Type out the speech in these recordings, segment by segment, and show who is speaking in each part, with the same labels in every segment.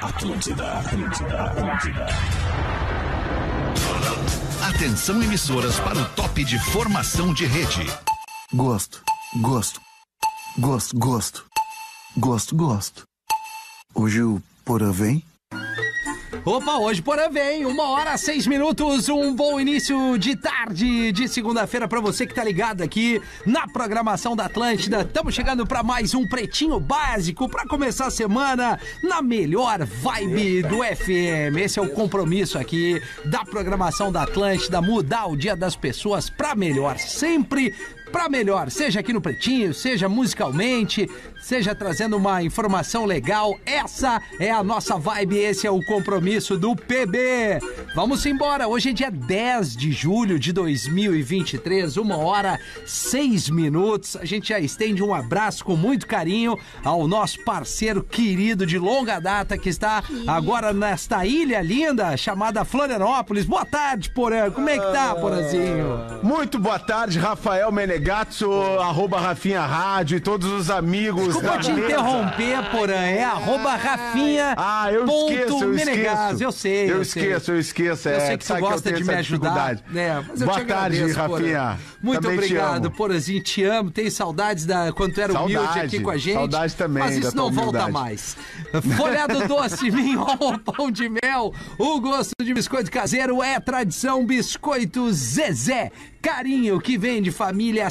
Speaker 1: Atlântida, Atlântida, Atlântida.
Speaker 2: Atenção emissoras para o top de formação de rede.
Speaker 3: Gosto, gosto, gosto, gosto, gosto, gosto. Hoje o Porã vem?
Speaker 4: Opa, hoje porém vem, uma hora, seis minutos, um bom início de tarde de segunda-feira pra você que tá ligado aqui na programação da Atlântida. Estamos chegando pra mais um Pretinho Básico pra começar a semana na melhor vibe do FM. Esse é o compromisso aqui da programação da Atlântida, mudar o dia das pessoas pra melhor, sempre para melhor, seja aqui no Pretinho, seja musicalmente, seja trazendo uma informação legal. Essa é a nossa vibe, esse é o compromisso do PB. Vamos embora, hoje é dia 10 de julho de 2023, uma hora, seis minutos. A gente já estende um abraço com muito carinho ao nosso parceiro querido de longa data que está agora nesta ilha linda chamada Florianópolis. Boa tarde, Porã. Como é que tá, Porãzinho?
Speaker 5: Muito boa tarde, Rafael Menegatso, arroba Rafinha Rádio e todos os amigos.
Speaker 4: Desculpa
Speaker 5: da
Speaker 4: te
Speaker 5: mesa.
Speaker 4: interromper, Porã. É arroba Rafinha.
Speaker 5: Ah, eu
Speaker 4: ponto
Speaker 5: esqueço, eu
Speaker 4: Menegas.
Speaker 5: esqueço.
Speaker 4: Eu sei,
Speaker 5: Eu esqueço, eu esqueço.
Speaker 4: Eu
Speaker 5: é,
Speaker 4: sei que tu
Speaker 5: sabe eu
Speaker 4: gosta
Speaker 5: tenho
Speaker 4: de me
Speaker 5: essa
Speaker 4: ajudar.
Speaker 5: dificuldade.
Speaker 4: né? Mas eu
Speaker 5: Boa
Speaker 4: te
Speaker 5: tarde,
Speaker 4: agradeço, Porã.
Speaker 5: Rafinha.
Speaker 4: Muito
Speaker 5: Também te
Speaker 4: obrigado,
Speaker 5: amo.
Speaker 4: Porãzinho. Te amo. Tem saudades da quando tu era humilde
Speaker 5: Saudade,
Speaker 4: aqui com a gente.
Speaker 5: saudade também
Speaker 4: Mas
Speaker 5: da
Speaker 4: isso
Speaker 5: tua
Speaker 4: não volta
Speaker 5: humildade.
Speaker 4: mais. Folhado doce, minhol, pão de mel. O gosto de biscoito caseiro é tradição. Biscoito Zezé. Carinho que vem de família há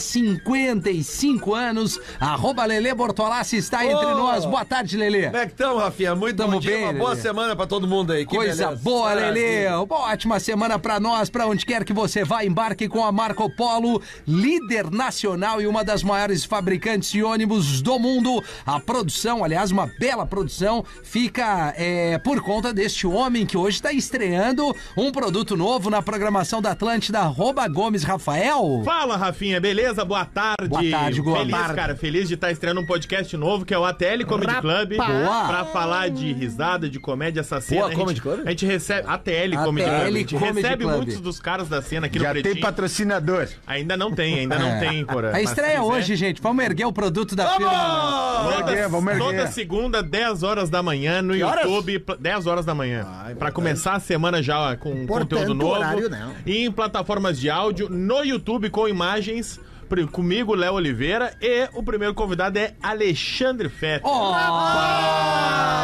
Speaker 4: 55 anos. Arroba Lele Bortolassi está entre
Speaker 6: Ô!
Speaker 4: nós. Boa tarde, Lele.
Speaker 6: Como é que estamos, Rafinha? Muito
Speaker 4: Tamo
Speaker 6: bom dia,
Speaker 4: bem,
Speaker 6: uma boa
Speaker 4: Lelê.
Speaker 6: semana pra todo mundo aí. Que
Speaker 4: Coisa
Speaker 6: beleza.
Speaker 4: boa, Lelê.
Speaker 6: Maravilha.
Speaker 4: Uma ótima semana pra nós, pra onde quer que você vá, embarque com a Marco Polo, líder nacional e uma das maiores fabricantes de ônibus do mundo. A produção, aliás, uma bela produção, fica eh, por conta deste homem que hoje está estreando um produto novo na programação da Atlântida, arroba Gomes Rafael.
Speaker 7: Fala, Rafinha, beleza? Boa tarde.
Speaker 4: Boa tarde, boa
Speaker 7: Feliz,
Speaker 4: tarde.
Speaker 7: cara, feliz de estar estreando um podcast novo, que é o ATL Comedy Club.
Speaker 4: Boa.
Speaker 7: Pra falar de risada, de comédia, essa cena.
Speaker 6: Boa,
Speaker 7: a gente-
Speaker 6: Comedy Club?
Speaker 7: A gente recebe... ATL, Comedy
Speaker 4: ATL
Speaker 7: Club. A gente
Speaker 4: Comedy
Speaker 7: recebe
Speaker 4: Club.
Speaker 7: muitos dos caras da cena aqui
Speaker 5: Já
Speaker 7: no Pretinho.
Speaker 5: tem patrocinador.
Speaker 7: Ainda não tem, ainda não tem, porra.
Speaker 4: A estreia é hoje, gente. Vamos erguer o produto da firma.
Speaker 7: Toda,
Speaker 5: Vamos erguer, vamos erguer.
Speaker 7: toda segunda, 10 horas da manhã no
Speaker 6: horas?
Speaker 7: YouTube, pl- 10 horas da manhã. pra começar a semana já ó, com conteúdo novo.
Speaker 6: horário
Speaker 5: né?
Speaker 6: não.
Speaker 7: E em plataformas de áudio, no YouTube com imagens. pri- Comigo, Léo Oliveira, e o primeiro convidado é Alexandre Fett.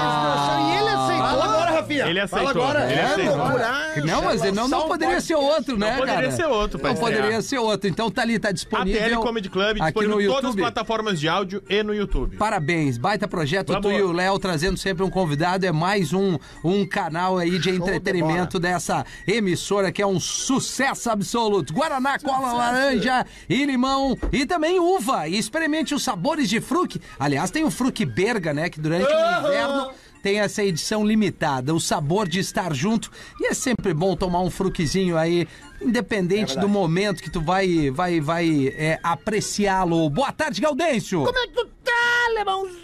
Speaker 6: Fala agora, Rafinha.
Speaker 7: Ele aceitou.
Speaker 6: Fala agora.
Speaker 7: Ele
Speaker 6: é,
Speaker 7: aceitou.
Speaker 6: loucura.
Speaker 4: Não, mas ele não, não poderia ser outro, né,
Speaker 7: um Não poderia
Speaker 4: cara?
Speaker 7: ser outro pra
Speaker 4: Não
Speaker 7: estrear.
Speaker 4: poderia ser outro. Então tá ali, tá disponível.
Speaker 7: ATL Comedy Club,
Speaker 4: aqui
Speaker 7: disponível
Speaker 4: no
Speaker 7: em
Speaker 4: YouTube.
Speaker 7: todas as plataformas de áudio e no YouTube.
Speaker 4: Parabéns, baita projeto.
Speaker 7: Vamos.
Speaker 4: Tu e o Léo trazendo sempre um convidado. É mais um, um canal aí de entretenimento dessa emissora que é um sucesso absoluto. Guaraná, cola, laranja e limão e também uva. E experimente os sabores de fruque. Aliás, tem o fruque berga, né? Que durante o inverno. Tem essa edição limitada, o sabor de estar junto. E é sempre bom tomar um fruquezinho aí, independente do momento que tu vai vai vai é, apreciá-lo. Boa tarde, Gaudêncio!
Speaker 8: Como é que tu tá, Lemãozinho?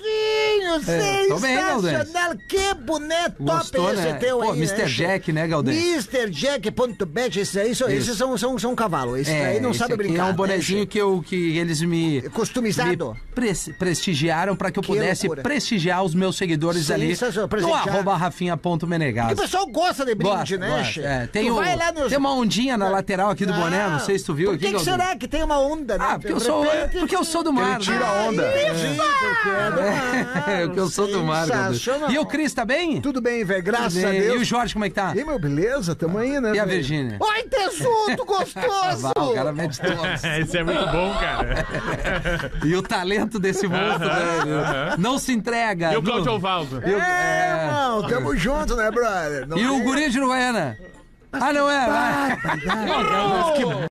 Speaker 4: É, tô bem,
Speaker 8: Sensacional! Que boné top
Speaker 4: Gostou,
Speaker 8: esse
Speaker 4: né?
Speaker 8: teu
Speaker 4: Pô,
Speaker 8: aí,
Speaker 4: Mr. Jack, né, Galdês?
Speaker 8: Mr. Jack.bet, esses aí são, esses são, são, são cavalo. Esses aí não
Speaker 4: esse
Speaker 8: sabem
Speaker 4: aqui
Speaker 8: brincar.
Speaker 4: É um
Speaker 8: né,
Speaker 4: bonezinho
Speaker 8: gente?
Speaker 4: que, eu, que eles me.
Speaker 8: Customizado.
Speaker 4: me pres- prestigiaram para que eu pudesse
Speaker 8: loucura. é
Speaker 4: prestigiar os meus seguidores ali.
Speaker 8: Sensacional,
Speaker 4: No
Speaker 8: presentear.
Speaker 4: arroba rafinha.menegas.
Speaker 8: Porque o pessoal gosta de brinde,
Speaker 4: Gosta,
Speaker 8: né?
Speaker 4: gosta.
Speaker 8: che?
Speaker 4: É, tem,
Speaker 8: Tu
Speaker 4: o-
Speaker 8: vai lá nos- Ah.
Speaker 4: tem uma ondinha na lateral aqui do boné, não sei se tu viu
Speaker 8: Por
Speaker 4: aqui,
Speaker 8: que, que
Speaker 4: Galdês.
Speaker 8: será que tem uma onda, né?
Speaker 4: Ah, porque eu sou, porque eu sou do mar.
Speaker 5: Ele tira
Speaker 4: né?
Speaker 5: a onda.
Speaker 8: Sim, porque é do mar.
Speaker 4: É, porque eu sou do mar. Galdês.
Speaker 8: Sensacional.
Speaker 4: E o Cris, tá bem?
Speaker 8: Tudo bem, velho, graças
Speaker 4: Tudo
Speaker 8: a
Speaker 4: bem. E o
Speaker 8: Deus.
Speaker 4: Jorge, como é que tá?
Speaker 8: E meu, beleza? Tamo aí, né?
Speaker 4: E a
Speaker 8: velho?
Speaker 4: Virgínia?
Speaker 8: Oi, tesudo gostoso!
Speaker 4: Ah, o cara mede todos.
Speaker 7: Esse é muito bom, cara.
Speaker 4: E o talento desse monstro, né? Não se entrega.
Speaker 7: E o
Speaker 4: Não-
Speaker 7: Claudio Alvaldo.
Speaker 4: E o-
Speaker 8: É,
Speaker 4: é.
Speaker 8: irmão, tamo junto, né, brother? Não
Speaker 4: E o
Speaker 8: tem-
Speaker 4: guri de Uruguaiana? Ah, não é? vai.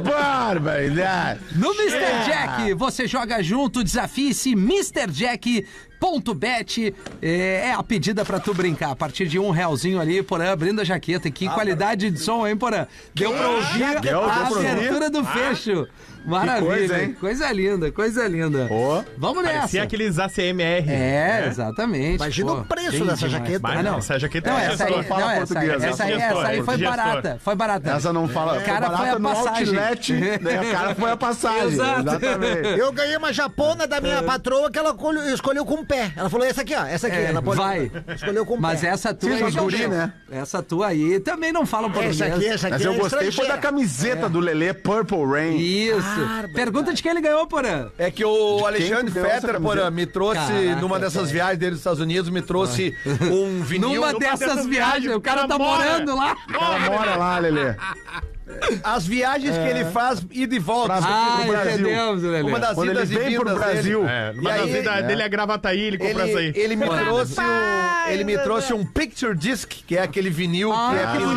Speaker 5: Barbaridade.
Speaker 4: No Mr. Jack, você joga junto, desafie-se, Mr. Jack. Ponto bet é é a pedida pra tu brincar. A partir de um realzinho ali, Porã, abrindo a jaqueta.
Speaker 5: Ah,
Speaker 4: Que qualidade de som, hein, Porã? Deu pra ouvir
Speaker 5: Deu, deu
Speaker 4: a
Speaker 5: pra ouvir. Ah.
Speaker 4: abertura do fecho. Maravilha.
Speaker 5: coisa,
Speaker 4: Coisa,
Speaker 5: hein?
Speaker 4: linda, coisa linda.
Speaker 5: Ó.
Speaker 4: Vamos nessa.
Speaker 7: Se é aqueles ACMR.
Speaker 4: É, exatamente.
Speaker 8: Imagina o preço
Speaker 4: bem
Speaker 8: dessa
Speaker 4: demais.
Speaker 8: jaqueta.
Speaker 5: né?
Speaker 4: Ah, não.
Speaker 7: né? Essa jaqueta
Speaker 4: Não,
Speaker 7: é
Speaker 4: essa aí,
Speaker 7: gestor.
Speaker 5: fala
Speaker 4: não, essa aí,
Speaker 5: português,
Speaker 4: essa aí,
Speaker 7: gestor,
Speaker 4: essa aí foi
Speaker 7: gestor.
Speaker 4: barata. Foi barata.
Speaker 5: Essa não fala.
Speaker 4: O cara
Speaker 5: barata é
Speaker 4: foi a
Speaker 5: no
Speaker 4: passagem.
Speaker 5: Outlet, né? O cara foi a passagem.
Speaker 4: Exato.
Speaker 5: Exatamente.
Speaker 8: Eu ganhei uma japona da minha patroa que ela colhe- escolheu com um pé. Ela falou, essa aqui, ó, essa aqui.
Speaker 4: É,
Speaker 8: ela pode
Speaker 4: vai.
Speaker 8: Escolheu com o
Speaker 4: Mas
Speaker 8: pé.
Speaker 4: essa é tua
Speaker 5: Sim,
Speaker 4: aí.
Speaker 5: os guri, né?
Speaker 4: Essa tua aí também não fala um português.
Speaker 8: Essa aqui, essa aqui.
Speaker 5: Mas eu
Speaker 8: é
Speaker 5: gostei foi da
Speaker 8: estrangeira.
Speaker 5: camiseta do Lelê, Purple Rain.
Speaker 4: Isso. Pergunta de quem ele ganhou, Porã.
Speaker 6: É que o Alexandre
Speaker 5: que deu essa
Speaker 6: Fetter,
Speaker 5: camiseta?
Speaker 6: porra, me trouxe
Speaker 4: Caraca,
Speaker 6: numa dessas viagens dele dos Estados Unidos, me trouxe um vinil.
Speaker 4: Numa dessas viagens, o cara tá
Speaker 7: namora.
Speaker 4: morando lá.
Speaker 5: Ela mora lá, Lelê.
Speaker 6: As viagens que ele faz ida e volta.
Speaker 5: Pra-
Speaker 6: Uma
Speaker 4: Ah,
Speaker 5: pro é Brasil.
Speaker 4: entendemos, Lelê.
Speaker 6: das
Speaker 5: Quando ele
Speaker 6: idas e
Speaker 5: vem pro
Speaker 6: vindas
Speaker 5: Brasil.
Speaker 6: dele.
Speaker 7: É, mas
Speaker 6: E
Speaker 7: a
Speaker 6: aí- né?
Speaker 7: vida dele é gravataí, ele compra essa aí.
Speaker 6: Ele, ele me trouxe um, ele me trouxe um picture disc, que é aquele vinil que
Speaker 4: Ah,
Speaker 6: é
Speaker 4: que
Speaker 5: tá,
Speaker 6: pintado
Speaker 5: Com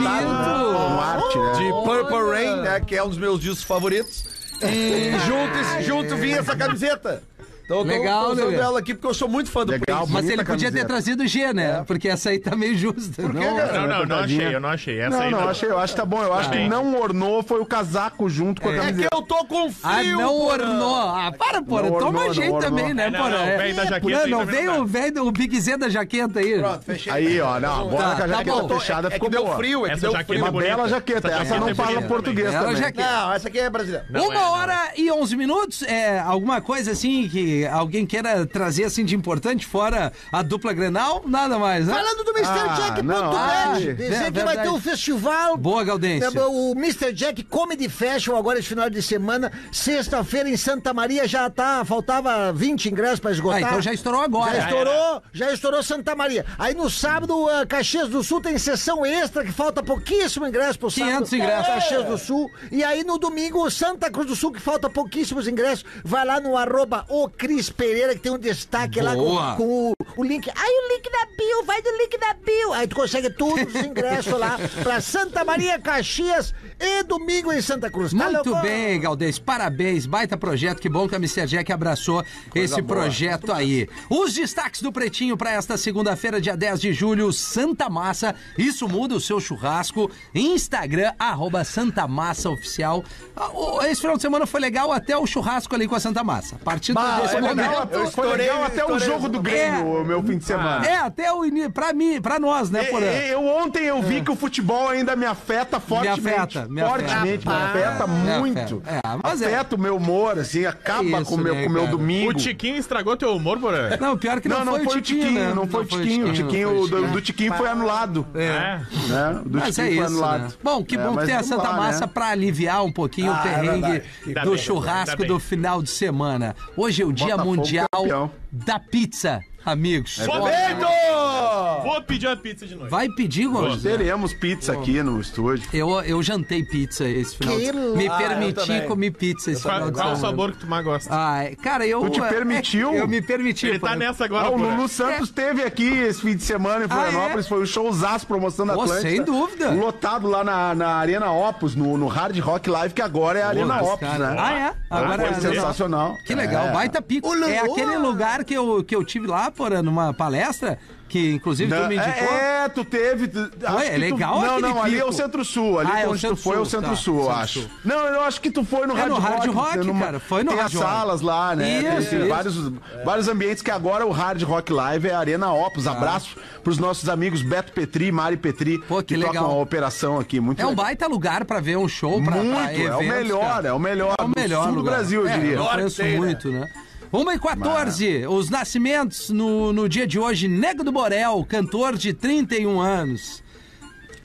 Speaker 4: bonito.
Speaker 5: arte, né?
Speaker 6: de Purple Rain, né, que é um dos meus discos favoritos. E junto, esse- junto vinha essa camiseta. Então eu tô-
Speaker 4: Legal,
Speaker 6: tô usando
Speaker 4: Lelê.
Speaker 6: ela aqui porque eu sou muito fã do
Speaker 5: Legal,
Speaker 6: Prince.
Speaker 4: Mas
Speaker 5: Bonita
Speaker 4: ele podia ter
Speaker 5: camiseta. É.
Speaker 4: trazido G, né? Porque essa aí tá meio justa. Por
Speaker 5: que, cara?
Speaker 7: Não, não, não
Speaker 5: Coitadinha.
Speaker 7: achei, eu não achei. Essa
Speaker 5: Não,
Speaker 7: aí
Speaker 5: não, achei, eu acho que tá bom. Eu acho que não ornou foi o casaco junto com a
Speaker 6: É que
Speaker 5: camiseta.
Speaker 6: eu tô com frio,
Speaker 4: Ah, não
Speaker 6: porra.
Speaker 4: ornou. Ah, para, Porã.
Speaker 5: Não
Speaker 4: Toma
Speaker 5: ornou,
Speaker 4: jeito
Speaker 5: não
Speaker 4: também,
Speaker 5: ornou.
Speaker 4: né,
Speaker 7: É, não,
Speaker 4: Porã?
Speaker 7: não, o velho da
Speaker 4: É,
Speaker 7: jaqueta
Speaker 4: Não,
Speaker 7: aí
Speaker 4: não
Speaker 7: também
Speaker 4: veio
Speaker 7: não dá.
Speaker 4: o velho, do- o Big Z da jaqueta aí.
Speaker 6: Pronto, fechei.
Speaker 5: Aí, ó, não, agora
Speaker 4: Tá,
Speaker 5: que
Speaker 4: tá
Speaker 5: a jaqueta
Speaker 4: bom.
Speaker 5: fechada
Speaker 6: É que
Speaker 5: ficou
Speaker 6: deu
Speaker 5: boa.
Speaker 6: frio, é que
Speaker 7: Essa
Speaker 6: deu
Speaker 7: jaqueta
Speaker 6: frio.
Speaker 5: Uma
Speaker 7: é bonita.
Speaker 5: bela jaqueta. Essa,
Speaker 7: jaqueta
Speaker 5: não
Speaker 7: é
Speaker 5: fala
Speaker 7: bonita
Speaker 5: português
Speaker 4: Ela
Speaker 5: também.
Speaker 4: já que-
Speaker 6: Não, essa aqui é brasileira.
Speaker 7: Não,
Speaker 4: Uma
Speaker 7: é, não
Speaker 4: hora e onze minutos, é alguma coisa assim que alguém queira trazer assim de importante fora a dupla Grenal, nada mais, né?
Speaker 8: Falando do
Speaker 5: Ah, não,
Speaker 8: MrJack.net,
Speaker 5: ah,
Speaker 4: é
Speaker 8: dizer que vai
Speaker 4: verdade.
Speaker 8: ter um festival.
Speaker 4: Boa, Gaudêncio.
Speaker 5: Tá
Speaker 8: É, O Mr. Jack Comedy Fashion agora esse final de semana, sexta-feira em Santa Maria já tá, faltava 20 ingressos pra esgotar.
Speaker 4: Ah,
Speaker 5: tá.
Speaker 4: então já estourou agora.
Speaker 8: Já
Speaker 4: Já
Speaker 8: estourou, já estourou Santa Maria. Aí no sábado, ah, Caxias do Sul tem sessão extra que falta pouquíssimo ingresso pro sábado.
Speaker 4: 500 ingressos.
Speaker 8: Caxias do Sul. E aí no domingo, Santa Cruz do Sul que falta pouquíssimos ingressos. Vai lá no arroba o Cris Pereira que tem um destaque lá
Speaker 4: Boa.
Speaker 8: com, com o, o link. Aí o link da Bill, vai do link da Bill. Aí tu consegue todos os ingressos lá pra Santa Maria, Caxias e domingo em Santa Cruz. Tá
Speaker 4: Muito
Speaker 8: louco?
Speaker 4: bem, Galdês. Parabéns. Baita projeto. Que bom que a Mr. Jack abraçou esse projeto aí. Os destaques do Pretinho para esta segunda-feira, dia 10 de julho. Santa Massa. Isso muda o seu churrasco. Instagram, arroba Santa Massa Oficial. Ah, o- Esse final de semana foi legal até o churrasco ali com a Santa Massa. A partir
Speaker 5: Ah,
Speaker 4: desse
Speaker 5: foi
Speaker 4: momento.
Speaker 5: legal,
Speaker 6: Eu
Speaker 5: foi
Speaker 6: estourei-
Speaker 5: legal até o
Speaker 6: estourei-
Speaker 5: jogo do Grêmio,
Speaker 4: É.
Speaker 5: o meu fim de semana.
Speaker 4: É, até o início. Pra mim, pra nós, né, Porã?
Speaker 5: E- e- Eu ontem eu vi que o futebol ainda me afeta fortemente.
Speaker 4: afeta, me afeta.
Speaker 5: fortemente,
Speaker 4: Ah,
Speaker 5: me afeta
Speaker 4: me
Speaker 5: muito.
Speaker 4: afeta. É, mas é.
Speaker 5: afeta o meu humor, assim, acaba
Speaker 4: É isso,
Speaker 5: com o meu,
Speaker 4: né,
Speaker 5: com o meu
Speaker 4: cara?
Speaker 5: domingo.
Speaker 7: O Tiquinho estragou teu humor, Porã?
Speaker 4: Não, pior é que não,
Speaker 5: Não, não foi o Tiquinho,
Speaker 4: né?
Speaker 5: não foi o Tiquinho. O Tiquinho
Speaker 4: não foi o
Speaker 5: do, do Tiquinho foi anulado.
Speaker 7: É.
Speaker 5: Né? O Do
Speaker 4: Mas é
Speaker 5: Tiquinho foi
Speaker 4: isso, né?
Speaker 5: anulado.
Speaker 4: Bom, que
Speaker 5: É,
Speaker 4: bom
Speaker 5: mas
Speaker 4: ter a
Speaker 5: vamos
Speaker 4: Santa
Speaker 5: lá, né? Ah,
Speaker 4: Massa pra aliviar um pouquinho o perrengue
Speaker 7: Ainda
Speaker 4: do
Speaker 7: bem,
Speaker 4: churrasco
Speaker 7: ainda bem.
Speaker 4: do final de semana. Hoje é o Dia
Speaker 5: Botafogo
Speaker 4: Mundial
Speaker 5: campeão. É
Speaker 4: da Pizza, amigos.
Speaker 7: É Vou pedir uma pizza de noite.
Speaker 4: Vai pedir, Gomes?
Speaker 5: Teremos pizza aqui no estúdio.
Speaker 4: Eu, eu jantei pizza esse final
Speaker 8: Que
Speaker 4: de semana. Me
Speaker 8: lá-
Speaker 4: permiti
Speaker 6: também.
Speaker 4: comer pizza esse
Speaker 7: Qual,
Speaker 4: final de
Speaker 7: qual o
Speaker 4: semana.
Speaker 7: sabor que tu mais gosta?
Speaker 4: Ai, cara, eu.
Speaker 5: Tu te
Speaker 4: é,
Speaker 5: permitiu?
Speaker 4: Ah, tipo, eu me permiti.
Speaker 7: Ele tá
Speaker 4: Porã.
Speaker 7: nessa agora,
Speaker 5: Ah, o
Speaker 7: Porã.
Speaker 5: Lulu Santos esteve aqui esse fim de semana em Florianópolis, foi um showzaço promoção da
Speaker 4: Ah, é? Pô,
Speaker 5: Atlântica.
Speaker 4: sem dúvida.
Speaker 5: Lotado lá na, na Arena Opus, no, no Hard Rock Live, que agora é a Arena
Speaker 4: Nossa,
Speaker 5: Opus,
Speaker 4: cara.
Speaker 5: né?
Speaker 4: Ah, é? Agora
Speaker 5: foi
Speaker 4: é a Arena
Speaker 5: sensacional.
Speaker 4: Que legal,
Speaker 5: É.
Speaker 4: baita pico.
Speaker 8: Ô, Lu-
Speaker 4: É aquele
Speaker 8: ô.
Speaker 4: lugar que eu, que eu tive lá, porra, numa palestra, que inclusive tu
Speaker 5: Não,
Speaker 4: me indicou.
Speaker 5: é, é, tu teve. Tu, acho
Speaker 4: é
Speaker 5: que tu-
Speaker 4: legal
Speaker 5: Não,
Speaker 4: aquele
Speaker 5: não, ali é
Speaker 4: pico.
Speaker 5: o Centro-Sul. Ali
Speaker 4: Ah, é o
Speaker 5: onde tu foi é o
Speaker 4: Centro-Sul, tá,
Speaker 5: Centro-Sul, eu acho.
Speaker 4: Centro-Sul.
Speaker 5: Não, eu acho que tu foi no
Speaker 4: É
Speaker 5: Hard
Speaker 4: no
Speaker 5: Rock.
Speaker 4: Hard Rock,
Speaker 5: tem
Speaker 4: cara, foi no
Speaker 5: tem
Speaker 4: Hard
Speaker 5: as
Speaker 4: Rock.
Speaker 5: salas lá, né? Tem-
Speaker 4: Isso,
Speaker 5: tem
Speaker 4: isso.
Speaker 5: Vários, vários ambientes que agora o Hard Rock Live é a Arena
Speaker 4: Tá.
Speaker 5: Opus. Abraço pros nossos amigos Beto Petri, Mari Petri,
Speaker 4: Pô, que legal.
Speaker 5: tocam a operação aqui. Muito
Speaker 4: É um
Speaker 5: legal.
Speaker 4: baita lugar pra ver um show, pra, pra
Speaker 5: Muito, é o
Speaker 4: eventos,
Speaker 5: melhor,
Speaker 4: cara.
Speaker 5: é o melhor.
Speaker 4: É o melhor
Speaker 5: do sul do
Speaker 4: lugar.
Speaker 5: Brasil, eu
Speaker 4: É,
Speaker 5: diria.
Speaker 4: Eu conheço muito, né? 1 e 14, os nascimentos no, no dia de hoje, Nego do Borel, cantor de 31 anos.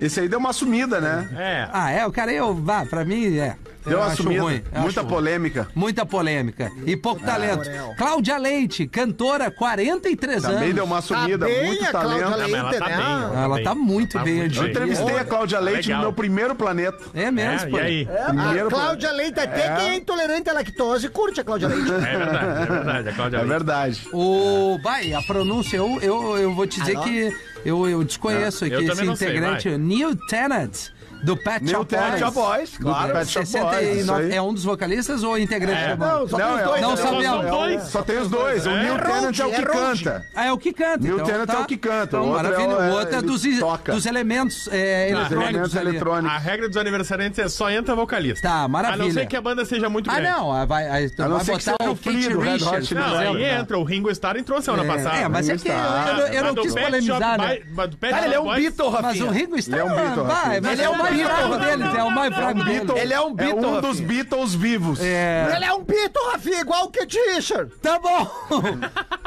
Speaker 5: Esse aí deu uma sumida, né?
Speaker 7: É.
Speaker 4: Ah, é, o cara, eu, vá, pra mim, é.
Speaker 5: Deu
Speaker 4: eu
Speaker 5: uma
Speaker 4: acho
Speaker 5: sumida.
Speaker 4: ruim. eu
Speaker 5: Muita Ah,
Speaker 4: acho ruim.
Speaker 5: polêmica.
Speaker 4: Muita polêmica e pouco talento. Cláudia Leite, cantora, 43
Speaker 5: Também
Speaker 4: anos.
Speaker 5: deu uma sumida,
Speaker 8: Tá bem
Speaker 5: muito
Speaker 8: a Cláudia
Speaker 5: talento.
Speaker 8: Leite.
Speaker 7: mas
Speaker 8: Inter, né?
Speaker 4: Ah, ela tá muito bem,
Speaker 5: Eu
Speaker 4: Andy.
Speaker 5: entrevistei a Cláudia
Speaker 6: Ah,
Speaker 7: Tá
Speaker 5: Leite no
Speaker 7: legal.
Speaker 5: meu primeiro planeta.
Speaker 4: É
Speaker 7: É,
Speaker 4: mesmo,
Speaker 7: e
Speaker 4: pô.
Speaker 7: aí?
Speaker 5: Primeiro
Speaker 8: A Cláudia Leite, até
Speaker 5: É.
Speaker 8: quem é intolerante à lactose, curte a Cláudia Leite.
Speaker 7: É verdade, é verdade. A Cláudia
Speaker 5: É
Speaker 7: Leite.
Speaker 5: verdade.
Speaker 4: O Bai, a pronúncia, eu, eu, eu vou te dizer que eu, eu desconheço
Speaker 5: É,
Speaker 7: eu
Speaker 4: aqui esse
Speaker 7: também não sei,
Speaker 4: integrante,
Speaker 7: vai.
Speaker 4: Neil Tennant, do Pet
Speaker 5: Neil
Speaker 4: Shop
Speaker 5: Tennant,
Speaker 4: Boys.
Speaker 5: Pet Shop Boys, claro,
Speaker 4: Do
Speaker 5: Pet Shop
Speaker 4: 69
Speaker 5: Boys, isso aí.
Speaker 4: É um dos vocalistas ou integrante da banda?
Speaker 8: só
Speaker 5: Não,
Speaker 8: os
Speaker 5: é-
Speaker 8: dois.
Speaker 4: Não,
Speaker 8: né?
Speaker 4: só-
Speaker 7: Só são dois.
Speaker 5: Só tem os dois. O Neil Tennant é o
Speaker 8: Road,
Speaker 5: que
Speaker 8: é Road.
Speaker 5: canta.
Speaker 4: Ah, é o que canta.
Speaker 5: Neil
Speaker 4: então,
Speaker 5: Tennant é o que canta,
Speaker 4: Então,
Speaker 5: o outro é o-
Speaker 4: maravilha. O
Speaker 5: é,
Speaker 4: outro é
Speaker 5: ele
Speaker 4: dos, i-
Speaker 5: toca.
Speaker 4: dos elementos é,
Speaker 5: Os
Speaker 4: eletrônicos.
Speaker 5: elementos
Speaker 4: ali.
Speaker 5: eletrônicos.
Speaker 7: A regra dos aniversariantes é só entra vocalista.
Speaker 4: Tá, maravilha.
Speaker 7: A não ser que a banda seja muito
Speaker 4: Ah,
Speaker 7: grande.
Speaker 4: não. ah, Vai, aí tu
Speaker 5: é. A não
Speaker 4: vai
Speaker 5: ser que
Speaker 4: botar
Speaker 5: seja
Speaker 4: o
Speaker 5: o Flea
Speaker 4: Kate
Speaker 5: do Red Hot
Speaker 4: Richards,
Speaker 5: Chili
Speaker 4: por
Speaker 7: Não, aí
Speaker 4: exemplo.
Speaker 7: entra. O Ringo Starr entrou semana passada. Ah,
Speaker 4: É, mas é que eu, eu, eu não
Speaker 7: Mas
Speaker 4: quis
Speaker 7: do Pet
Speaker 4: polemizar,
Speaker 7: Shop
Speaker 4: né?
Speaker 7: Boy- mas do Pet
Speaker 6: Cara, ele é
Speaker 7: Shop
Speaker 6: um
Speaker 7: Boys-
Speaker 6: Beatle,
Speaker 4: Mas o
Speaker 6: Rafinha.
Speaker 4: Ringo Starr,
Speaker 5: Ele é um Beatle,
Speaker 4: vai,
Speaker 5: Rafinha.
Speaker 4: mas
Speaker 6: Ele
Speaker 4: é
Speaker 6: é
Speaker 4: o
Speaker 6: um Beatle,
Speaker 4: mais fraco
Speaker 7: Rafinha.
Speaker 4: deles, é o mais
Speaker 7: Não, não,
Speaker 4: fraco
Speaker 7: não,
Speaker 4: deles.
Speaker 7: não.
Speaker 6: Ele é um
Speaker 5: É
Speaker 6: Beatle.
Speaker 5: o
Speaker 4: Beatles.
Speaker 5: um dos
Speaker 4: Rafinha.
Speaker 5: Beatles vivos.
Speaker 4: É,
Speaker 8: Ele é um Beatle, Rafinha, igual o Kid Richard.
Speaker 4: tá bom.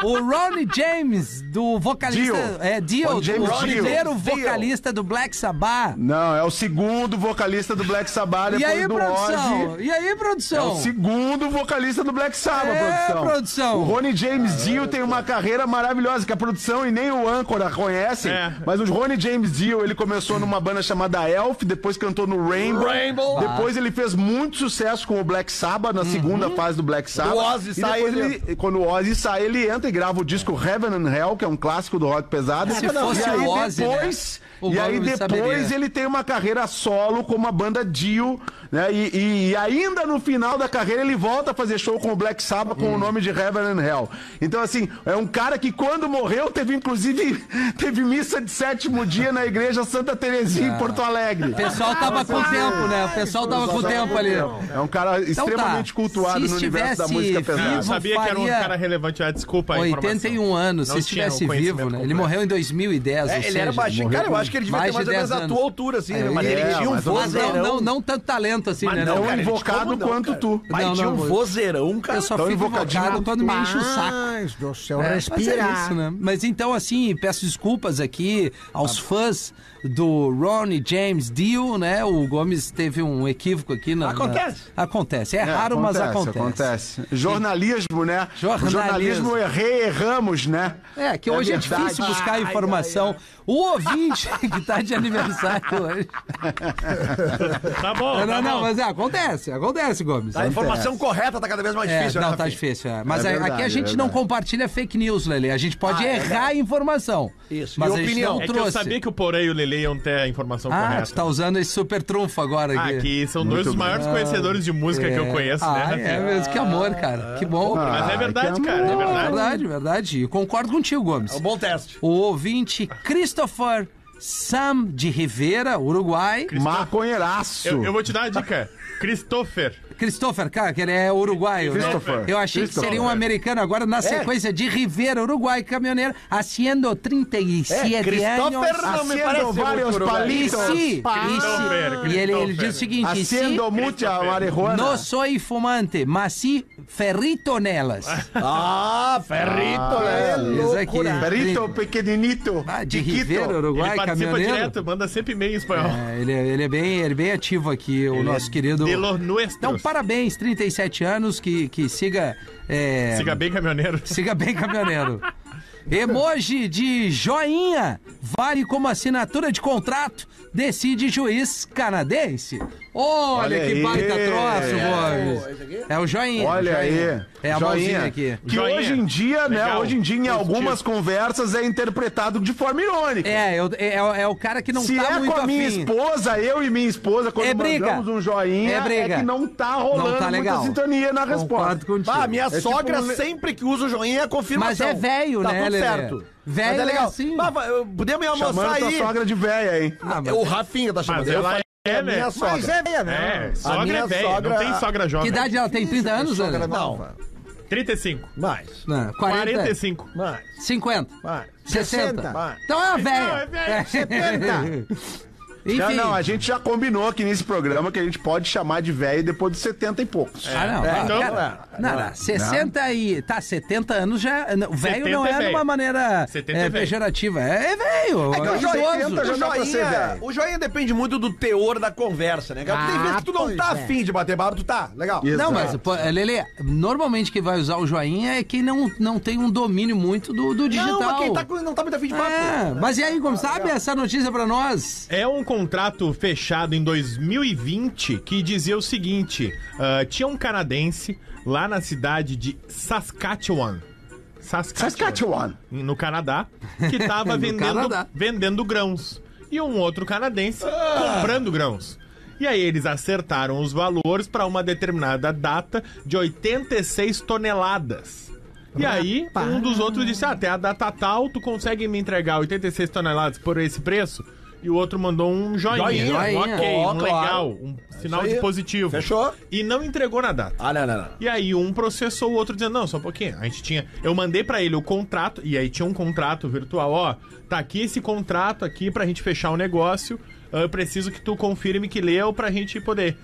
Speaker 4: o Ronnie James, do vocalista.
Speaker 5: Dio.
Speaker 4: É, Dio,
Speaker 5: Ronnie James
Speaker 4: o
Speaker 5: Dio.
Speaker 4: primeiro
Speaker 5: Dio.
Speaker 4: vocalista do Black Sabbath.
Speaker 5: Não, é o segundo vocalista do Black Sabbath
Speaker 4: E
Speaker 5: depois
Speaker 4: aí,
Speaker 5: do
Speaker 4: produção?
Speaker 5: Ozzy.
Speaker 4: E aí,
Speaker 5: É o
Speaker 4: produção?
Speaker 5: segundo vocalista do Black Sabbath,
Speaker 4: É,
Speaker 5: produção.
Speaker 4: produção.
Speaker 5: O Ronnie James Dio tem uma carreira maravilhosa que a produção e nem o âncora conhecem.
Speaker 7: É.
Speaker 5: Mas o Ronnie James Dio, ele começou numa banda chamada Elf, depois cantou no Rainbow.
Speaker 4: Ah.
Speaker 6: Rainbow.
Speaker 5: Depois ele fez muito sucesso com o Black Sabbath, na segunda fase do Black Sabbath.
Speaker 6: O Ozzy
Speaker 5: E
Speaker 6: sai,
Speaker 5: depois
Speaker 6: ele-
Speaker 5: ele- Quando o Ozzy sai, ele entra e grava o disco Heaven and Hell, que é um clássico do rock pesado.
Speaker 4: Se
Speaker 5: E
Speaker 4: fosse
Speaker 5: aí
Speaker 4: É, o Ozzy, né?
Speaker 5: depois,
Speaker 4: O
Speaker 5: E aí
Speaker 4: Mauro
Speaker 5: depois
Speaker 4: saberia.
Speaker 5: ele tem uma carreira solo como a banda Dio, né? E, e- e ainda no final da carreira ele volta a fazer show com o Black Sabbath com o nome de Heaven and Hell. Então, assim, é um cara que quando morreu teve, inclusive, teve missa de sétimo dia na igreja Santa Terezinha em Porto Alegre.
Speaker 4: O pessoal tava com o tempo, né? O pessoal tava com o tempo ali.
Speaker 5: É um cara
Speaker 4: tá.
Speaker 5: extremamente cultuado
Speaker 4: Se
Speaker 5: no universo da
Speaker 4: estivesse
Speaker 5: música
Speaker 7: Eu
Speaker 5: pesada.
Speaker 4: vivo-
Speaker 7: sabia que era um
Speaker 4: faria-
Speaker 7: cara relevante. Ah, desculpa a informação.
Speaker 4: 81 anos, se
Speaker 7: Não tinha o
Speaker 4: estivesse vivo,
Speaker 7: conhecimento
Speaker 4: né? Ele
Speaker 7: completo.
Speaker 4: morreu em 2010,
Speaker 6: É,
Speaker 4: ou
Speaker 6: ele
Speaker 4: seja,
Speaker 6: era baixinho.
Speaker 4: morreu
Speaker 6: Cara, eu
Speaker 4: com
Speaker 6: acho que ele devia ter
Speaker 4: mais
Speaker 6: mais
Speaker 4: de
Speaker 6: ou
Speaker 4: 10
Speaker 6: menos a
Speaker 4: anos. É,
Speaker 6: tua altura, assim. né? Mas
Speaker 5: ele-
Speaker 6: ele tinha um
Speaker 4: Mas
Speaker 5: mas
Speaker 4: não,
Speaker 6: vozeirão.
Speaker 4: não, não tanto talento assim,
Speaker 6: Mas
Speaker 4: né?
Speaker 6: não,
Speaker 5: Tão
Speaker 6: cara, ele
Speaker 5: invocado
Speaker 6: como não,
Speaker 5: quanto
Speaker 6: cara?
Speaker 5: tu.
Speaker 6: Mas
Speaker 4: Não,
Speaker 6: tinha
Speaker 4: não,
Speaker 6: um
Speaker 4: eu-
Speaker 6: vozeirão, cara.
Speaker 4: Eu só
Speaker 7: tá
Speaker 5: Tão
Speaker 4: fico
Speaker 6: Então,
Speaker 5: invocadinho
Speaker 4: invocado quando me enche o saco.
Speaker 8: Mas do céu,
Speaker 4: É,
Speaker 8: respira.
Speaker 4: Mas, é isso, né? Mas então, assim, peço desculpas aqui aos fãs do Ronnie James Dio, né? O Gomes teve um equívoco aqui. Na, na-
Speaker 6: Acontece.
Speaker 4: Acontece. É,
Speaker 5: É,
Speaker 4: raro, mas acontece.
Speaker 5: acontece. Jornalismo, né?
Speaker 4: Jornalismo.
Speaker 5: O Jornalismo errei, erramos, né?
Speaker 4: É, que hoje é, difícil
Speaker 5: verdade.
Speaker 4: buscar informação. O ouvinte que tá de aniversário hoje.
Speaker 7: Tá bom,
Speaker 4: Não, não,
Speaker 7: tá
Speaker 4: não,
Speaker 7: bom.
Speaker 4: mas é, acontece, acontece, Gomes.
Speaker 6: A informação correta tá cada vez mais
Speaker 4: É,
Speaker 6: difícil, né,
Speaker 4: não, tá
Speaker 6: Rafinha?
Speaker 4: difícil. é. Mas
Speaker 5: É
Speaker 4: a-
Speaker 5: verdade,
Speaker 4: aqui a
Speaker 5: é
Speaker 4: gente
Speaker 5: verdade.
Speaker 4: não compartilha fake news, Lele. A gente pode
Speaker 6: Ah, é
Speaker 4: errar a informação.
Speaker 6: Isso,
Speaker 4: Mas
Speaker 6: e
Speaker 4: a gente
Speaker 6: opinião.
Speaker 4: não
Speaker 7: É que eu
Speaker 4: trouxe.
Speaker 7: sabia que o Porém e o Lele iam ter a informação
Speaker 4: Ah,
Speaker 7: correta.
Speaker 4: tu tá usando esse super trunfo agora
Speaker 7: Ah,
Speaker 4: aqui.
Speaker 7: que são dois dos maiores conhecedores de música que eu conheço, né,
Speaker 4: Ah, é
Speaker 7: Rafinha?
Speaker 4: mesmo, que amor, cara. Que bom.
Speaker 7: Mas é
Speaker 5: Ah,
Speaker 7: verdade,
Speaker 5: que
Speaker 7: cara, é
Speaker 5: amor.
Speaker 7: verdade.
Speaker 4: verdade, verdade. Eu concordo contigo, Gomes.
Speaker 6: É um bom teste.
Speaker 4: O ouvinte Christopher Sam de Rivera, Uruguai.
Speaker 5: Maconheiraço.
Speaker 7: Eu, eu vou te dar uma dica.
Speaker 4: Ah,
Speaker 7: Christopher.
Speaker 4: Christopher, cara, que ele é uruguaio, né?
Speaker 5: Christopher.
Speaker 4: Eu achei que
Speaker 5: Christopher.
Speaker 4: seria um americano. Agora, na sequência de Rivera, Uruguai, caminhoneiro, haciendo 37 anos.
Speaker 6: Christopher não me
Speaker 5: Haciendo
Speaker 6: parece
Speaker 5: vários
Speaker 6: muito uruguaio.
Speaker 4: E
Speaker 5: palitos.
Speaker 4: se, e se,
Speaker 7: Christopher,
Speaker 4: e ele, ele
Speaker 7: Christopher.
Speaker 4: diz o seguinte, e se,
Speaker 5: Haciendo mucha marihuana.
Speaker 4: não sou fumante, mas sim ferritonelas.
Speaker 6: Ah, ferrito,
Speaker 5: Ah,
Speaker 6: né?
Speaker 4: Diz aqui.
Speaker 5: Perito pequeninito.
Speaker 4: Ah, de
Speaker 5: chiquito.
Speaker 4: Rivera, Uruguai,
Speaker 7: ele participa
Speaker 4: caminhoneiro.
Speaker 7: direto, manda sempre e-mail em espanhol.
Speaker 4: É, ele, é- ele é bem, ele é bem ativo aqui, o
Speaker 5: é
Speaker 4: nosso querido.
Speaker 7: De los nuestros.
Speaker 4: Então, parabéns, 37 anos, que, que siga. é,
Speaker 7: Siga bem, caminhoneiro.
Speaker 4: siga bem, caminhoneiro. Emoji de joinha vale como assinatura de contrato, decide juiz canadense. Olha,
Speaker 5: Olha
Speaker 4: que
Speaker 5: aí.
Speaker 4: baita troço,
Speaker 6: É,
Speaker 4: Gomes. É o joinha.
Speaker 5: Olha aí.
Speaker 4: joinha. É a mãozinha
Speaker 5: Joinha.
Speaker 4: aqui.
Speaker 5: Que
Speaker 7: Joinha.
Speaker 5: hoje em dia, né?
Speaker 7: Legal.
Speaker 5: Hoje em dia, em algumas conversas, é interpretado de forma irônica.
Speaker 4: É, eu- é, é, o cara que não
Speaker 5: Se
Speaker 4: tá
Speaker 5: é
Speaker 4: muito
Speaker 5: com a minha
Speaker 4: afim.
Speaker 5: esposa, eu e minha esposa, quando
Speaker 4: É briga.
Speaker 5: mandamos um joinha,
Speaker 4: É
Speaker 5: é,
Speaker 4: briga.
Speaker 5: que não tá rolando
Speaker 4: Não tá legal.
Speaker 5: muita sintonia na
Speaker 4: Concordo
Speaker 5: resposta.
Speaker 4: contigo.
Speaker 6: Ah, minha
Speaker 5: tipo
Speaker 6: sogra
Speaker 5: um le-
Speaker 6: sempre que usa o joinha é
Speaker 4: Mas
Speaker 6: confirmação.
Speaker 4: é velho,
Speaker 6: tá
Speaker 4: né,
Speaker 6: Tudo
Speaker 4: Lelê?
Speaker 6: certo.
Speaker 4: Velho
Speaker 6: Mas é
Speaker 4: é
Speaker 6: legal.
Speaker 4: assim.
Speaker 6: Mas, vai- eu- podemos ir almoçar
Speaker 5: Chamando tua
Speaker 6: aí.
Speaker 5: sogra de véia, hein?
Speaker 4: Ah, mas-
Speaker 6: O Rafinha tá chamando.
Speaker 7: Mas
Speaker 6: Eu
Speaker 7: ela
Speaker 6: falei,
Speaker 7: é,
Speaker 6: a
Speaker 7: né?
Speaker 6: minha sogra.
Speaker 8: Mas é velha, né?
Speaker 7: É, sogra é
Speaker 6: minha
Speaker 7: velha, não
Speaker 6: sogra-
Speaker 7: tem sogra
Speaker 4: Que
Speaker 7: jovem.
Speaker 4: idade ela tem? 30 anos,
Speaker 8: Sogra
Speaker 4: Ana?
Speaker 8: nova.
Speaker 7: 35.
Speaker 6: Mais,
Speaker 4: Não, 40.
Speaker 7: 45.
Speaker 6: mais,
Speaker 4: 50.
Speaker 6: mais.
Speaker 4: 60.
Speaker 6: 60.
Speaker 4: Então é uma
Speaker 7: Não,
Speaker 4: velha.
Speaker 7: é velha.
Speaker 4: 70. Enfim.
Speaker 5: Não, não, a gente já combinou aqui nesse programa que a gente pode chamar de velho depois dos 70 e poucos.
Speaker 4: Ah, não.
Speaker 7: É, então-
Speaker 4: cara, não, não, 60 e. Tá, 70 anos já. não, Velho
Speaker 7: 70
Speaker 4: não
Speaker 7: é
Speaker 4: é de uma
Speaker 7: velho.
Speaker 4: maneira
Speaker 7: 70 é
Speaker 4: é,
Speaker 7: velho.
Speaker 4: pejorativa. É, é velho. É,
Speaker 6: O joinha,
Speaker 4: idoso.
Speaker 5: entra já
Speaker 6: o,
Speaker 5: dá pra ser
Speaker 6: joinha,
Speaker 5: velho.
Speaker 6: o joinha depende muito do teor da conversa, né? cara? Tem
Speaker 8: Ah,
Speaker 6: vezes que tu não
Speaker 8: pois
Speaker 6: tá
Speaker 8: é.
Speaker 6: afim de bater barba, tu tá, legal.
Speaker 4: Não, mas, pô, Lele, normalmente quem vai usar o joinha é quem não, não tem um domínio muito do, do
Speaker 6: Não,
Speaker 4: digital.
Speaker 6: mas quem tá com, não tá muito afim de papo.
Speaker 4: É, mas e aí, como sabe essa notícia pra nós?
Speaker 7: É um contrato fechado em 2020 que dizia o seguinte: ah, tinha um canadense lá na cidade de Saskatchewan. Saskatchewan.
Speaker 5: Saskatchewan.
Speaker 7: No Canadá, que estava
Speaker 4: No
Speaker 7: vendendo,
Speaker 4: Canadá.
Speaker 7: vendendo grãos. E um outro canadense comprando grãos. E aí eles acertaram os valores para uma determinada data de 86 toneladas. E aí, um dos outros disse: ah, até a data tal, tu consegue me entregar 86 toneladas por esse preço? E o outro mandou um joinha.
Speaker 6: Joinha.
Speaker 7: Um ok,
Speaker 6: Ó,
Speaker 7: um
Speaker 6: claro.
Speaker 7: legal, um sinal
Speaker 6: isso aí.
Speaker 7: de positivo.
Speaker 6: Fechou?
Speaker 7: E não entregou na data.
Speaker 6: Ah, não, não, não.
Speaker 7: E aí um processou o outro dizendo, não, só um pouquinho. A gente tinha. Eu mandei pra ele o contrato, e aí tinha um contrato virtual, ó, tá aqui esse ah, contrato aqui pra gente fechar o negócio. Eu preciso que tu confirme que leu pra gente poder.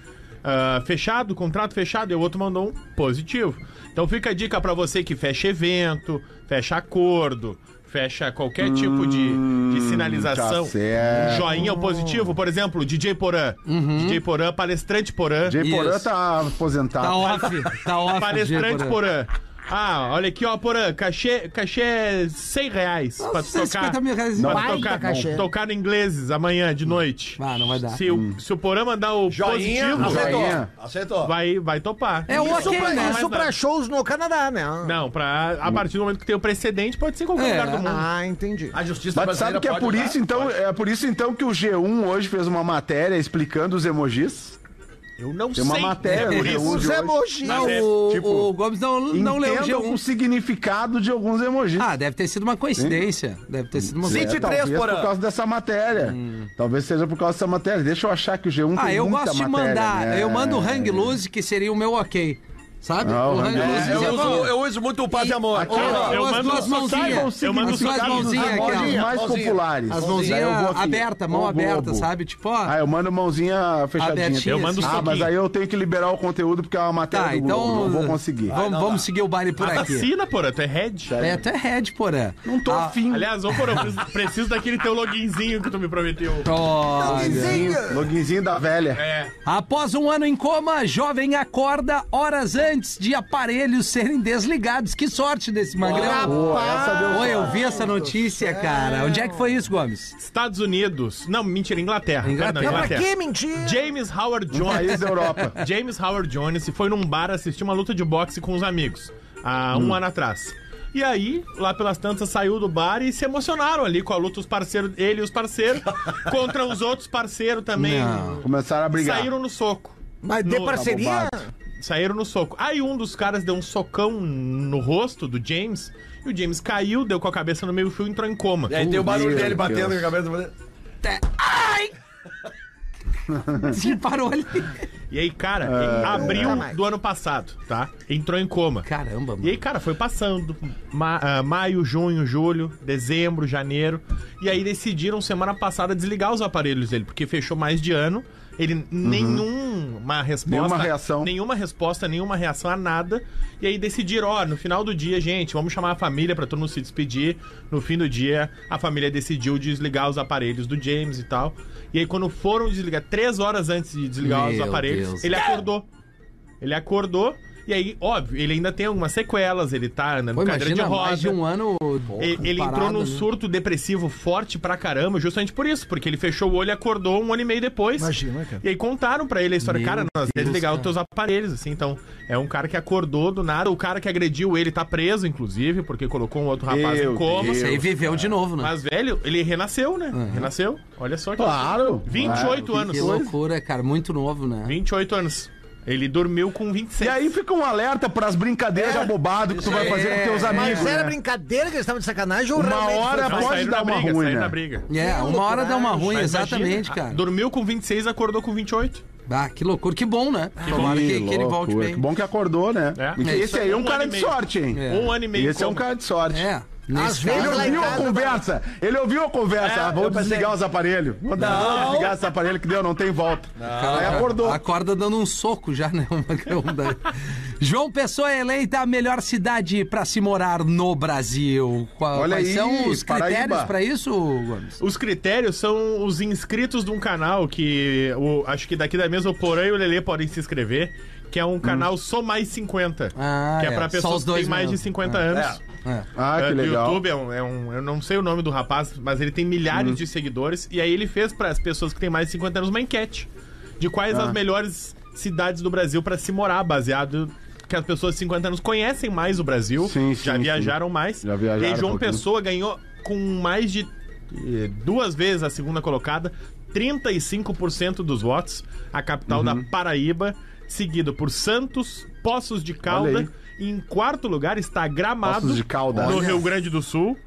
Speaker 7: ah, fechado, contrato fechado, e o outro mandou um positivo. Então fica a dica pra você que fecha evento, fecha acordo, fecha qualquer tipo de, de sinalização.
Speaker 5: Hum, tá certo.
Speaker 7: Um joinha positivo, por exemplo, DJ Porã. DJ Porã, palestrante Porã.
Speaker 5: Jay Porã
Speaker 4: Isso.
Speaker 5: tá aposentado.
Speaker 4: Tá off, tá off.
Speaker 7: Palestrante
Speaker 4: Diego
Speaker 7: Porã. Ah, olha aqui, ó, Porã, cachê, cachê é 100 reais pra tu
Speaker 4: 150
Speaker 7: tocar.
Speaker 4: mil reais.
Speaker 7: Pra tu
Speaker 8: Baita
Speaker 7: tocar,
Speaker 8: cachê.
Speaker 7: tocar no ingleses amanhã de noite.
Speaker 4: Ah, não vai dar.
Speaker 7: Se, o, se o Porã mandar o
Speaker 6: Joinha,
Speaker 7: positivo,
Speaker 6: aceitou.
Speaker 5: Joinha.
Speaker 6: Aceitou.
Speaker 7: vai, vai topar.
Speaker 4: É o
Speaker 8: Isso,
Speaker 4: ok,
Speaker 8: pra,
Speaker 4: né?
Speaker 7: mas
Speaker 8: isso
Speaker 7: não.
Speaker 8: pra shows no Canadá, né?
Speaker 7: Não, pra, a partir do momento que tem o precedente, pode ser em qualquer
Speaker 4: É.
Speaker 7: lugar do mundo.
Speaker 8: Ah, entendi.
Speaker 6: A justiça
Speaker 5: Mas sabe
Speaker 6: brasileira
Speaker 5: que é
Speaker 6: pode
Speaker 5: por
Speaker 6: usar?
Speaker 5: isso, então, é por isso então que o G1 hoje fez uma matéria explicando os emojis.
Speaker 7: Eu não
Speaker 5: Tem
Speaker 7: sei.
Speaker 5: uma matéria
Speaker 7: é por
Speaker 5: no
Speaker 7: isso.
Speaker 5: G1 de
Speaker 8: Os
Speaker 5: hoje.
Speaker 8: emojis.
Speaker 4: Não,
Speaker 7: Mas é,
Speaker 4: o,
Speaker 5: tipo, um
Speaker 4: o Gomes não, não leu o
Speaker 5: Entendam
Speaker 4: G1.
Speaker 5: o significado de alguns emojis.
Speaker 4: Ah, deve ter sido uma coincidência. Deve ter sido uma
Speaker 5: É,
Speaker 6: Sim,
Speaker 4: coincidência.
Speaker 6: tipo- 23
Speaker 5: talvez
Speaker 6: por
Speaker 5: por
Speaker 6: ano.
Speaker 5: causa dessa matéria. Talvez seja por causa dessa matéria. Deixa eu achar que o G1
Speaker 4: Hum. Ah,
Speaker 5: tem
Speaker 4: eu
Speaker 5: muita
Speaker 4: gosto de
Speaker 5: matéria,
Speaker 4: mandar.
Speaker 5: né?
Speaker 4: Eu mando um o Hang Loose, que seria o meu ok. Sabe?
Speaker 5: Ah, o
Speaker 4: o Hang
Speaker 5: hang
Speaker 4: Loose.
Speaker 5: loose.
Speaker 6: É,
Speaker 4: já
Speaker 6: eu,
Speaker 4: vou-
Speaker 6: uso, eu uso muito o paz e amor.
Speaker 5: Aqui,
Speaker 6: Olha,
Speaker 7: eu
Speaker 4: as
Speaker 7: mando-
Speaker 4: duas
Speaker 5: Só saibam
Speaker 4: mãozinhas.
Speaker 5: o
Speaker 7: eu mando
Speaker 4: As
Speaker 7: só
Speaker 4: duas
Speaker 5: significado dos
Speaker 4: mãozinhas aqui,
Speaker 5: emojis
Speaker 4: ó.
Speaker 5: mais
Speaker 6: Mãozinha.
Speaker 5: populares.
Speaker 4: As
Speaker 5: Daí eu vou
Speaker 4: mãozinhas
Speaker 5: aqui.
Speaker 4: abertas, mão
Speaker 5: Ovo,
Speaker 4: aberta,
Speaker 5: ovo.
Speaker 4: sabe? Tipo, ó.
Speaker 5: Ah, eu mando mãozinha fechadinha.
Speaker 4: Abertinha,
Speaker 7: Eu mando
Speaker 4: assim.
Speaker 5: Ah,
Speaker 7: soquinho.
Speaker 5: mas aí eu tenho que liberar o conteúdo porque é uma matéria
Speaker 4: Tá,
Speaker 5: do
Speaker 4: então.
Speaker 5: Globo. Não vou conseguir.
Speaker 4: Vamos, vamos seguir o baile por
Speaker 7: A
Speaker 4: aqui.
Speaker 7: vacina, Porã, tu é head. Ah.
Speaker 4: É, tu é head, porã. Não
Speaker 5: Tô afim.
Speaker 7: Aliás, ô Porã, eu preciso, preciso daquele teu loginzinho que tu me prometeu.
Speaker 5: Loginzinho da velha.
Speaker 7: É.
Speaker 4: Após um ano em coma, a jovem acorda horas antes de aparelhos serem desligados. Que sorte desse magrão.
Speaker 5: Pô, essa deu
Speaker 4: Oi, eu vi essa notícia, cara. Onde é que foi isso, Gomes?
Speaker 7: Estados Unidos. Não, mentira, Inglaterra.
Speaker 4: Inglaterra.
Speaker 7: Perdão,
Speaker 8: Mas pra que mentir?
Speaker 7: James Howard Jones.
Speaker 5: país da Europa.
Speaker 7: James Howard Jones se foi num bar assistir uma luta de boxe com os amigos há um ano atrás. E aí, lá pelas tantas, saiu do bar e se emocionaram ali com a luta, os parceiros, ele e os parceiros, contra os outros parceiros também.
Speaker 5: Começaram a brigar.
Speaker 7: Saíram no soco.
Speaker 8: Mas de
Speaker 7: No-
Speaker 8: parceria?
Speaker 7: Saíram no soco. Aí um dos caras deu um socão no rosto do James, e o James caiu, deu com a cabeça no meio fio e entrou em coma.
Speaker 6: E aí tem o barulho
Speaker 5: Meu
Speaker 6: dele batendo com
Speaker 5: Deus.
Speaker 6: a cabeça. batendo.
Speaker 4: Se parou ali.
Speaker 7: E aí, cara, em abril
Speaker 8: Nunca mais.
Speaker 7: do ano passado, tá? Entrou em coma.
Speaker 4: Caramba,
Speaker 7: E
Speaker 4: mano.
Speaker 7: aí, cara, foi passando. Ma- ah, maio, junho, julho, dezembro, janeiro. E aí decidiram semana passada desligar os aparelhos dele, porque fechou mais de ano. Ele nenhuma resposta.
Speaker 5: Nenhuma reação.
Speaker 7: Nenhuma resposta, nenhuma reação a nada. E aí decidiram, ó, no final do dia, gente, vamos chamar a família pra todo mundo se despedir. No fim do dia, a família decidiu desligar os aparelhos do James e tal. E aí, quando foram desligar, três horas antes de desligar os
Speaker 4: Meu
Speaker 7: aparelhos,
Speaker 4: Deus.
Speaker 7: ele acordou. Ele acordou e aí, óbvio, ele ainda tem algumas sequelas, ele tá andando
Speaker 4: Pô,
Speaker 7: em cadeira de
Speaker 4: imagina,
Speaker 7: roda.
Speaker 4: mais de um ano.
Speaker 7: Ele, ele entrou
Speaker 4: parado,
Speaker 7: num
Speaker 4: né?
Speaker 7: surto depressivo forte pra caramba, justamente por isso, porque ele fechou o olho e acordou um ano e meio depois.
Speaker 8: Imagina, cara.
Speaker 7: E aí contaram pra ele a história,
Speaker 4: Meu
Speaker 7: cara, nós é
Speaker 4: Deus,
Speaker 7: desligar os
Speaker 4: cara.
Speaker 7: teus aparelhos, assim, então é um cara que acordou do nada, o cara que agrediu ele tá preso, inclusive, porque colocou um outro rapaz
Speaker 5: Meu
Speaker 7: em coma.
Speaker 5: Deus.
Speaker 4: Isso aí viveu de novo, né?
Speaker 7: Mas, velho, ele renasceu, né? Renasceu. Olha só que
Speaker 5: Claro.
Speaker 7: 28 anos.
Speaker 4: Que loucura, cara. Muito novo, né?
Speaker 7: 28 anos. Ele dormiu com 26.
Speaker 5: E aí fica um alerta pras brincadeiras
Speaker 7: É.
Speaker 5: abobadas que tu vai fazer com teus amigos.
Speaker 8: Mas era
Speaker 5: né?
Speaker 8: brincadeira que eles estavam de sacanagem ou
Speaker 5: Uma
Speaker 8: realmente foi
Speaker 5: hora
Speaker 8: só-
Speaker 7: Não,
Speaker 5: Tá, pode
Speaker 7: assim. saíram
Speaker 5: dar
Speaker 7: na
Speaker 5: uma
Speaker 7: briga,
Speaker 5: ruim,
Speaker 7: saíram
Speaker 5: né?
Speaker 7: na briga.
Speaker 4: É,
Speaker 8: Que
Speaker 4: uma hora dá uma ruim,
Speaker 7: Mas
Speaker 4: exatamente,
Speaker 7: né? imagina,
Speaker 4: cara.
Speaker 7: Dormiu com 26 acordou com 28.
Speaker 4: Ah, que loucura. Que bom, né? Tomara que, que ele volte
Speaker 5: loucura.
Speaker 4: bem.
Speaker 5: Que bom que acordou, né?
Speaker 7: É.
Speaker 5: E que
Speaker 7: É,
Speaker 5: esse aí é um
Speaker 7: um
Speaker 5: cara
Speaker 7: ano e
Speaker 5: de
Speaker 7: meio.
Speaker 5: sorte, hein?
Speaker 4: É.
Speaker 7: Um ano e meio.
Speaker 5: Esse é um
Speaker 7: como.
Speaker 5: cara de sorte.
Speaker 4: É.
Speaker 8: Às
Speaker 4: Nesse
Speaker 8: vezes
Speaker 5: Ele
Speaker 4: caso,
Speaker 8: lá em
Speaker 5: ouviu a
Speaker 8: casa,
Speaker 5: conversa. Ele ouviu a conversa.
Speaker 6: É,
Speaker 5: Ah, vou
Speaker 6: eu pensei-
Speaker 5: desligar os aparelhos. Vou desligar esse aparelho que deu, não tem volta. Aí acordou.
Speaker 4: Acorda dando um soco já, né? Uma grande. João Pessoa é eleita a melhor cidade pra se morar no Brasil. Qua-
Speaker 5: Olha
Speaker 4: Quais
Speaker 5: aí,
Speaker 4: são os critérios
Speaker 5: Paraíba.
Speaker 4: pra isso, Gomes?
Speaker 7: Os critérios são os inscritos de um canal que o- acho que daqui da mesa o Porã e o Lelê podem se inscrever, que é um canal Só Mais 50.
Speaker 4: Hum. Ah,
Speaker 7: que é,
Speaker 4: é,
Speaker 7: pra
Speaker 4: só os
Speaker 7: pessoas que
Speaker 4: dois
Speaker 7: têm mais de
Speaker 4: mesmo.
Speaker 7: 50
Speaker 4: É.
Speaker 7: anos.
Speaker 4: É.
Speaker 5: Ah,
Speaker 7: É,
Speaker 5: que
Speaker 7: do
Speaker 5: legal.
Speaker 7: YouTube é um, é um- Eu não sei o nome do rapaz, mas ele tem
Speaker 5: Hum.
Speaker 7: milhares de seguidores. E aí ele fez para as pessoas que têm mais de 50 anos uma enquete de quais
Speaker 5: Ah.
Speaker 7: as melhores cidades do Brasil para se morar, baseado que as pessoas de 50 anos conhecem mais o Brasil,
Speaker 5: Sim,
Speaker 7: já
Speaker 5: sim,
Speaker 7: viajaram mais.
Speaker 5: Já viajaram
Speaker 7: E aí João
Speaker 5: um pouquinho.
Speaker 7: Pessoa ganhou com mais de eh, duas vezes a segunda colocada, 35% dos votos, a capital da
Speaker 5: Uhum.
Speaker 7: Paraíba, seguido por Santos, Poços de
Speaker 5: aí.
Speaker 7: Calda. E em quarto lugar está Gramado,
Speaker 5: Poços de Caldas.
Speaker 7: no
Speaker 5: Olha.
Speaker 7: Rio Grande do Sul.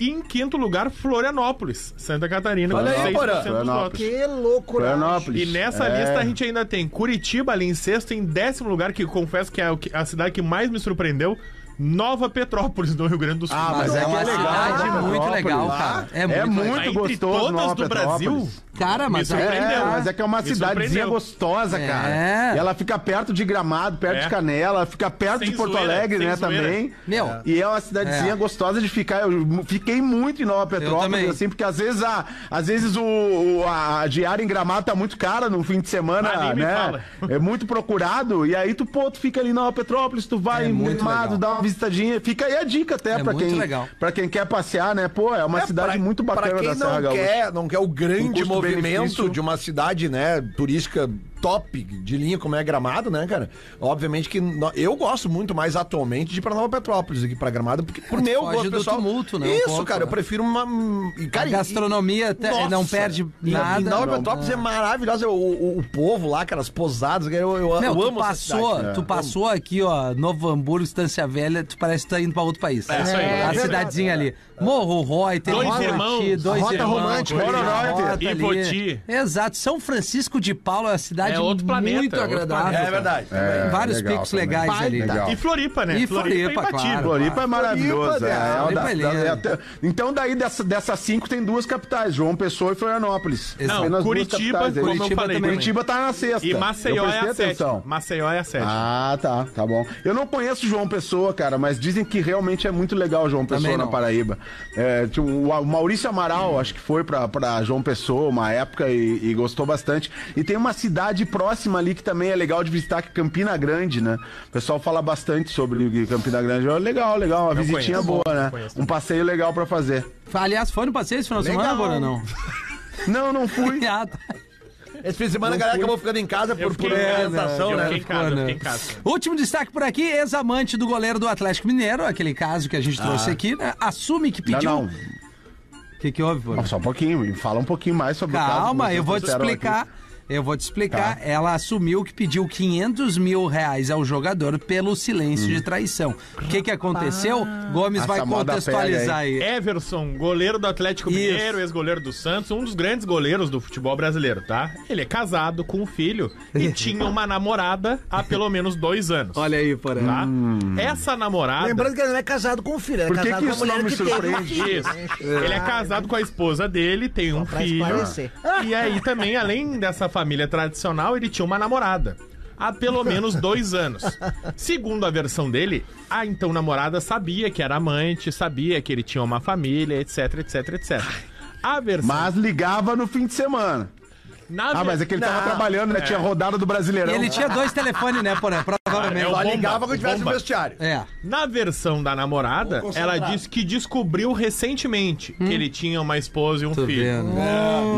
Speaker 7: E em quinto lugar, Florianópolis, Santa Catarina,
Speaker 6: Olha
Speaker 7: com
Speaker 6: aí,
Speaker 7: 6% dos
Speaker 5: Florianópolis.
Speaker 7: votos.
Speaker 8: Que loucura.
Speaker 7: E
Speaker 5: Florianópolis.
Speaker 7: nessa
Speaker 5: É.
Speaker 7: lista a gente ainda tem Curitiba ali em sexto, em décimo lugar, que confesso que é o que- a cidade que mais me surpreendeu, Nova Petrópolis, no Rio Grande do Sul.
Speaker 5: Ah, mas
Speaker 4: Mas
Speaker 5: é
Speaker 4: é
Speaker 5: que
Speaker 4: uma
Speaker 5: legal,
Speaker 4: cidade
Speaker 5: né?
Speaker 4: muito
Speaker 5: Petrópolis.
Speaker 4: legal, cara. É
Speaker 5: É
Speaker 4: muito legal.
Speaker 5: muito
Speaker 7: Entre
Speaker 5: gostoso.
Speaker 7: todas
Speaker 5: Nova
Speaker 7: do
Speaker 5: Petrópolis.
Speaker 7: Brasil,
Speaker 4: Cara, mas
Speaker 7: Me
Speaker 4: aí-
Speaker 7: surpreendeu.
Speaker 5: É, mas é que é uma
Speaker 7: Me
Speaker 5: cidadezinha
Speaker 7: surpreendeu.
Speaker 5: gostosa,
Speaker 4: É.
Speaker 5: cara. E ela fica perto de Gramado, perto
Speaker 7: É.
Speaker 5: de Canela, fica perto
Speaker 7: Sem
Speaker 5: de Porto
Speaker 7: zoeira,
Speaker 5: Alegre,
Speaker 7: sem
Speaker 5: né,
Speaker 7: zoeira.
Speaker 5: também.
Speaker 4: Meu.
Speaker 5: E é uma cidadezinha
Speaker 4: É.
Speaker 5: gostosa de ficar. Eu mu- fiquei muito em Nova
Speaker 4: também.
Speaker 5: Petrópolis, assim, porque às vezes, a, às vezes o, o- a diária em Gramado tá muito cara no fim de semana,
Speaker 7: Ah, nem me fala.
Speaker 5: né? É muito procurado. E aí tu, pô, tu fica ali em Nova Petrópolis, tu vai
Speaker 4: É
Speaker 5: em
Speaker 4: muito legal.
Speaker 5: Gramado, dá uma visitadinha. Fica aí a dica até
Speaker 4: É
Speaker 5: pra,
Speaker 4: muito
Speaker 5: quem,
Speaker 4: legal.
Speaker 5: pra quem quer passear, né? Pô, é uma cidade
Speaker 6: pra-
Speaker 5: muito bacana
Speaker 6: pra quem
Speaker 5: da Serra
Speaker 6: não
Speaker 5: Gaúcha.
Speaker 6: quer, não quer o
Speaker 5: Um
Speaker 6: grande
Speaker 5: custo-benefício.
Speaker 6: movimento de uma cidade, né, turística top de linha como é Gramado, né, cara? Obviamente que no- eu gosto muito mais atualmente de ir pra Nova Petrópolis do que pra Gramado, porque por meu
Speaker 4: foge
Speaker 6: gosto
Speaker 4: do
Speaker 6: pessoal.
Speaker 4: tumulto, né, um
Speaker 6: Isso,
Speaker 4: pouco,
Speaker 6: cara, eu
Speaker 4: né?
Speaker 6: prefiro uma hum, e, cara,
Speaker 4: A
Speaker 6: e-
Speaker 4: gastronomia até- não perde
Speaker 6: e-
Speaker 4: nada.
Speaker 6: E Nova
Speaker 4: Não,
Speaker 6: Petrópolis
Speaker 4: não.
Speaker 6: é maravilhosa, o, o- o povo lá, cara, as pousadas, cara, eu, eu,
Speaker 4: Meu,
Speaker 6: eu
Speaker 4: tu
Speaker 6: amo essa
Speaker 4: passou,
Speaker 6: cidade, cara.
Speaker 4: tu passou aqui, ó, Novo Hamburgo, Estância Velha, tu parece que tá indo pra outro país.
Speaker 7: É isso aí.
Speaker 4: A
Speaker 7: É
Speaker 4: cidadezinha ali. Morro Roy, tem
Speaker 7: Dois
Speaker 4: Roy,
Speaker 7: irmãos.
Speaker 4: Ti, dois
Speaker 5: Rota
Speaker 4: irmãos,
Speaker 5: romântica,
Speaker 4: Coisa
Speaker 5: Rota
Speaker 4: da
Speaker 5: romântica.
Speaker 4: Rota ali.
Speaker 7: Ivoti.
Speaker 4: Exato, São Francisco de Paulo é uma cidade
Speaker 7: É outro planeta,
Speaker 4: muito
Speaker 7: outro
Speaker 4: agradável.
Speaker 7: planeta.
Speaker 6: É verdade.
Speaker 4: cara.
Speaker 5: É,
Speaker 4: Vários
Speaker 5: legal
Speaker 4: picos
Speaker 5: também.
Speaker 4: legais ali.
Speaker 5: Legal.
Speaker 7: E Floripa, né?
Speaker 4: E Floripa,
Speaker 7: é imbatível.
Speaker 4: claro.
Speaker 5: Floripa é maravilhosa.
Speaker 6: né?
Speaker 5: é, é
Speaker 4: Floripa é
Speaker 5: uma das- das-
Speaker 4: linda.
Speaker 5: é até- então, daí dessa- dessas cinco tem duas capitais: João Pessoa e Florianópolis.
Speaker 4: Não,
Speaker 5: Apenas duas
Speaker 7: Curitiba,
Speaker 5: capitais, aí.
Speaker 7: como
Speaker 4: Curitiba
Speaker 7: eu falei.
Speaker 4: também.
Speaker 5: Curitiba tá na sexta.
Speaker 7: E Maceió
Speaker 5: Eu
Speaker 7: é
Speaker 5: prestei
Speaker 7: a sete.
Speaker 5: atenção.
Speaker 7: Maceió é a sete.
Speaker 5: Ah, tá, tá bom. Eu não conheço João Pessoa, cara, mas dizem que realmente é muito legal João
Speaker 4: Também
Speaker 5: Pessoa na
Speaker 4: não.
Speaker 5: Paraíba. É, tipo, o A- o Maurício Amaral, acho que foi pra, pra João Pessoa uma época e, e gostou bastante. E tem uma cidade próxima ali que também é legal de visitar, que é Campina Grande, né? O pessoal fala bastante sobre Campina Grande. Ó, Legal, legal, uma visitinha
Speaker 7: conheço.
Speaker 5: boa, né?
Speaker 7: conheço.
Speaker 5: Um passeio legal pra fazer.
Speaker 4: Aliás, foi no passeio esse final de semana,
Speaker 6: Legal.
Speaker 4: agora não?
Speaker 5: Não, não fui.
Speaker 4: Ah, tá.
Speaker 6: Esse fim de semana a galera acabou ficando em casa por, por
Speaker 7: fiquei-
Speaker 6: orientação,
Speaker 7: eu
Speaker 6: né?
Speaker 7: fiquei em casa, eu
Speaker 4: Quando-
Speaker 7: fiquei em casa.
Speaker 4: Último destaque por aqui, ex-amante do goleiro do Atlético Mineiro, aquele caso que a gente trouxe aqui, né? assume que
Speaker 5: Não,
Speaker 4: pediu...
Speaker 5: não.
Speaker 4: O que, que houve, Bruno?
Speaker 5: Só um pouquinho, me fala um pouquinho mais sobre o caso.
Speaker 4: Calma,
Speaker 5: que
Speaker 4: eu vou te
Speaker 5: vocês trouxeram aqui.
Speaker 4: explicar. Eu vou te explicar.
Speaker 7: Tá.
Speaker 4: Ela assumiu que pediu 500 mil reais ao jogador pelo silêncio
Speaker 7: Hum.
Speaker 4: de traição. O que, que aconteceu? Gomes
Speaker 5: Essa
Speaker 4: vai
Speaker 5: moda
Speaker 4: contextualizar aí.
Speaker 7: Everson, goleiro do Atlético
Speaker 4: Isso.
Speaker 7: Mineiro, ex-goleiro do Santos, um dos grandes goleiros do futebol brasileiro, tá? Ele é casado com um filho e tinha uma namorada há pelo menos dois anos.
Speaker 4: Olha aí, Hum. porém.
Speaker 7: Tá? Essa namorada.
Speaker 8: Lembrando que ele não é casado com o filho, ele é
Speaker 5: Por que
Speaker 8: casado
Speaker 5: que
Speaker 8: com a
Speaker 5: isso
Speaker 8: mulher
Speaker 5: não me
Speaker 8: que teve um
Speaker 5: surpreende?
Speaker 8: filho.
Speaker 7: Isso. Ele é casado com a esposa dele, tem um
Speaker 8: pra
Speaker 7: filho.
Speaker 8: esclarecer.
Speaker 7: E aí também, além dessa família tradicional, ele tinha uma namorada. Há pelo menos dois anos. Segundo a versão dele, a então namorada sabia que era amante, sabia que ele tinha uma família, etc, etc, etc. A versão.
Speaker 5: Mas ligava no fim de semana.
Speaker 7: na
Speaker 5: Ah,
Speaker 7: ver-
Speaker 5: mas é que ele tava trabalhando, né? Tinha rodada do Brasileirão.
Speaker 4: Ele tinha dois telefones, né, porém?
Speaker 7: Cara, é
Speaker 4: Provavelmente.
Speaker 7: o
Speaker 6: Só
Speaker 7: bomba,
Speaker 6: ligava quando
Speaker 7: o
Speaker 6: tivesse no
Speaker 7: bomba.
Speaker 6: vestiário.
Speaker 4: É.
Speaker 7: Na versão da namorada, ela disse que descobriu recentemente que ele tinha uma esposa e um
Speaker 4: Hum. Tô
Speaker 7: filho.
Speaker 4: vendo. É.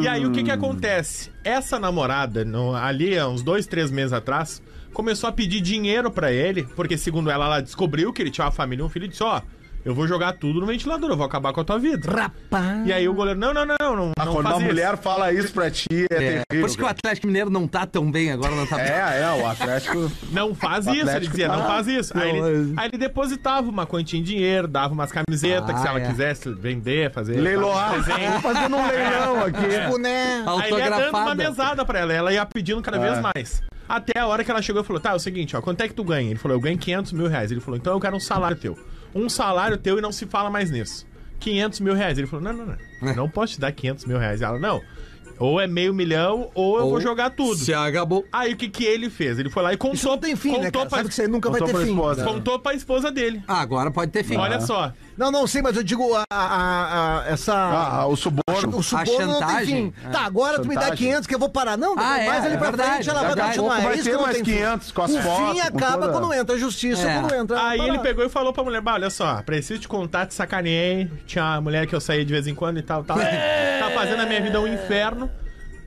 Speaker 7: E aí o que que acontece? Essa namorada, no- ali há uns dois, três meses atrás, começou a pedir dinheiro pra ele, porque segundo ela, ela descobriu que ele tinha uma família e um filho e disse, ó, eu vou jogar tudo no ventilador, eu vou acabar com a tua vida.
Speaker 8: Rapaz.
Speaker 7: E aí o goleiro, não, não, não, não,
Speaker 5: Ah,
Speaker 7: não
Speaker 5: Quando
Speaker 7: faz
Speaker 5: uma
Speaker 7: isso."
Speaker 5: mulher fala isso pra ti, é,
Speaker 4: É,
Speaker 5: terrível.
Speaker 4: Por isso que o Atlético Mineiro não tá tão bem agora, não tá
Speaker 5: cara. É, é, o Atlético.
Speaker 7: Não faz
Speaker 5: O
Speaker 7: isso, ele
Speaker 5: Atlético
Speaker 7: dizia,
Speaker 5: tá-
Speaker 7: não faz isso. Aí
Speaker 4: Não,
Speaker 7: ele,
Speaker 4: mas-
Speaker 7: aí ele depositava uma quantia em dinheiro, dava umas camisetas, que se
Speaker 4: Ah,
Speaker 7: ela
Speaker 4: é.
Speaker 7: quisesse vender, fazer...
Speaker 5: Leiloar.
Speaker 7: fazer um
Speaker 5: Tô
Speaker 7: desenho.
Speaker 5: fazendo um leilão
Speaker 8: É.
Speaker 5: aqui.
Speaker 8: Boné.
Speaker 7: Aí ele ia dando uma
Speaker 4: autografada.
Speaker 7: mesada pra ela, ela ia pedindo cada
Speaker 8: É.
Speaker 7: vez mais. Até a hora que ela chegou e falou: Tá, é o seguinte, ó, quanto é que tu ganha? Ele falou: Eu ganho 500 mil reais. Ele falou: Então eu quero um salário teu. Um salário teu e não se fala mais nisso. 500 mil reais. Ele falou: Não, não, não.
Speaker 8: É.
Speaker 7: Não posso te dar 500 mil reais. Ela: Não. Ou é meio milhão ou eu vou jogar tudo.
Speaker 4: Se acabou.
Speaker 7: Aí o que, que ele fez? Ele foi lá e contou.
Speaker 8: Isso não tem fim,
Speaker 7: contou
Speaker 8: né, cara?
Speaker 7: pra,
Speaker 8: Sabe que você nunca vai
Speaker 5: Contou
Speaker 8: ter
Speaker 5: pra
Speaker 8: fim.
Speaker 5: esposa.
Speaker 7: contou pra esposa dele.
Speaker 4: Ah, agora pode ter fim.
Speaker 7: Olha só.
Speaker 8: Não, não, sei, mas eu digo a, a- a- essa...
Speaker 5: Ah, o suborno.
Speaker 8: o suborno não tem
Speaker 4: chantagem,
Speaker 8: fim.
Speaker 4: é.
Speaker 8: Tá, agora tu me dá
Speaker 5: Chantagem.
Speaker 8: 500 que eu vou parar. Não,
Speaker 4: Ah, é,
Speaker 8: mas ali
Speaker 4: é
Speaker 8: pra
Speaker 4: verdade,
Speaker 8: frente ela
Speaker 4: é
Speaker 8: vai
Speaker 4: verdade.
Speaker 8: continuar.
Speaker 5: Vai
Speaker 8: é isso
Speaker 5: ter
Speaker 8: que não
Speaker 5: mais
Speaker 8: tem fim.
Speaker 5: 500 com as
Speaker 8: O fim
Speaker 5: fotos, com
Speaker 8: acaba
Speaker 5: toda-
Speaker 8: quando entra a justiça,
Speaker 4: É.
Speaker 8: quando entra... a
Speaker 7: Aí ele
Speaker 8: parada.
Speaker 7: pegou e falou pra mulher: bah, olha só, preciso te contar, te sacaneei. Tinha uma mulher que eu saía de vez em quando e tal, tal. tá fazendo a minha vida um inferno.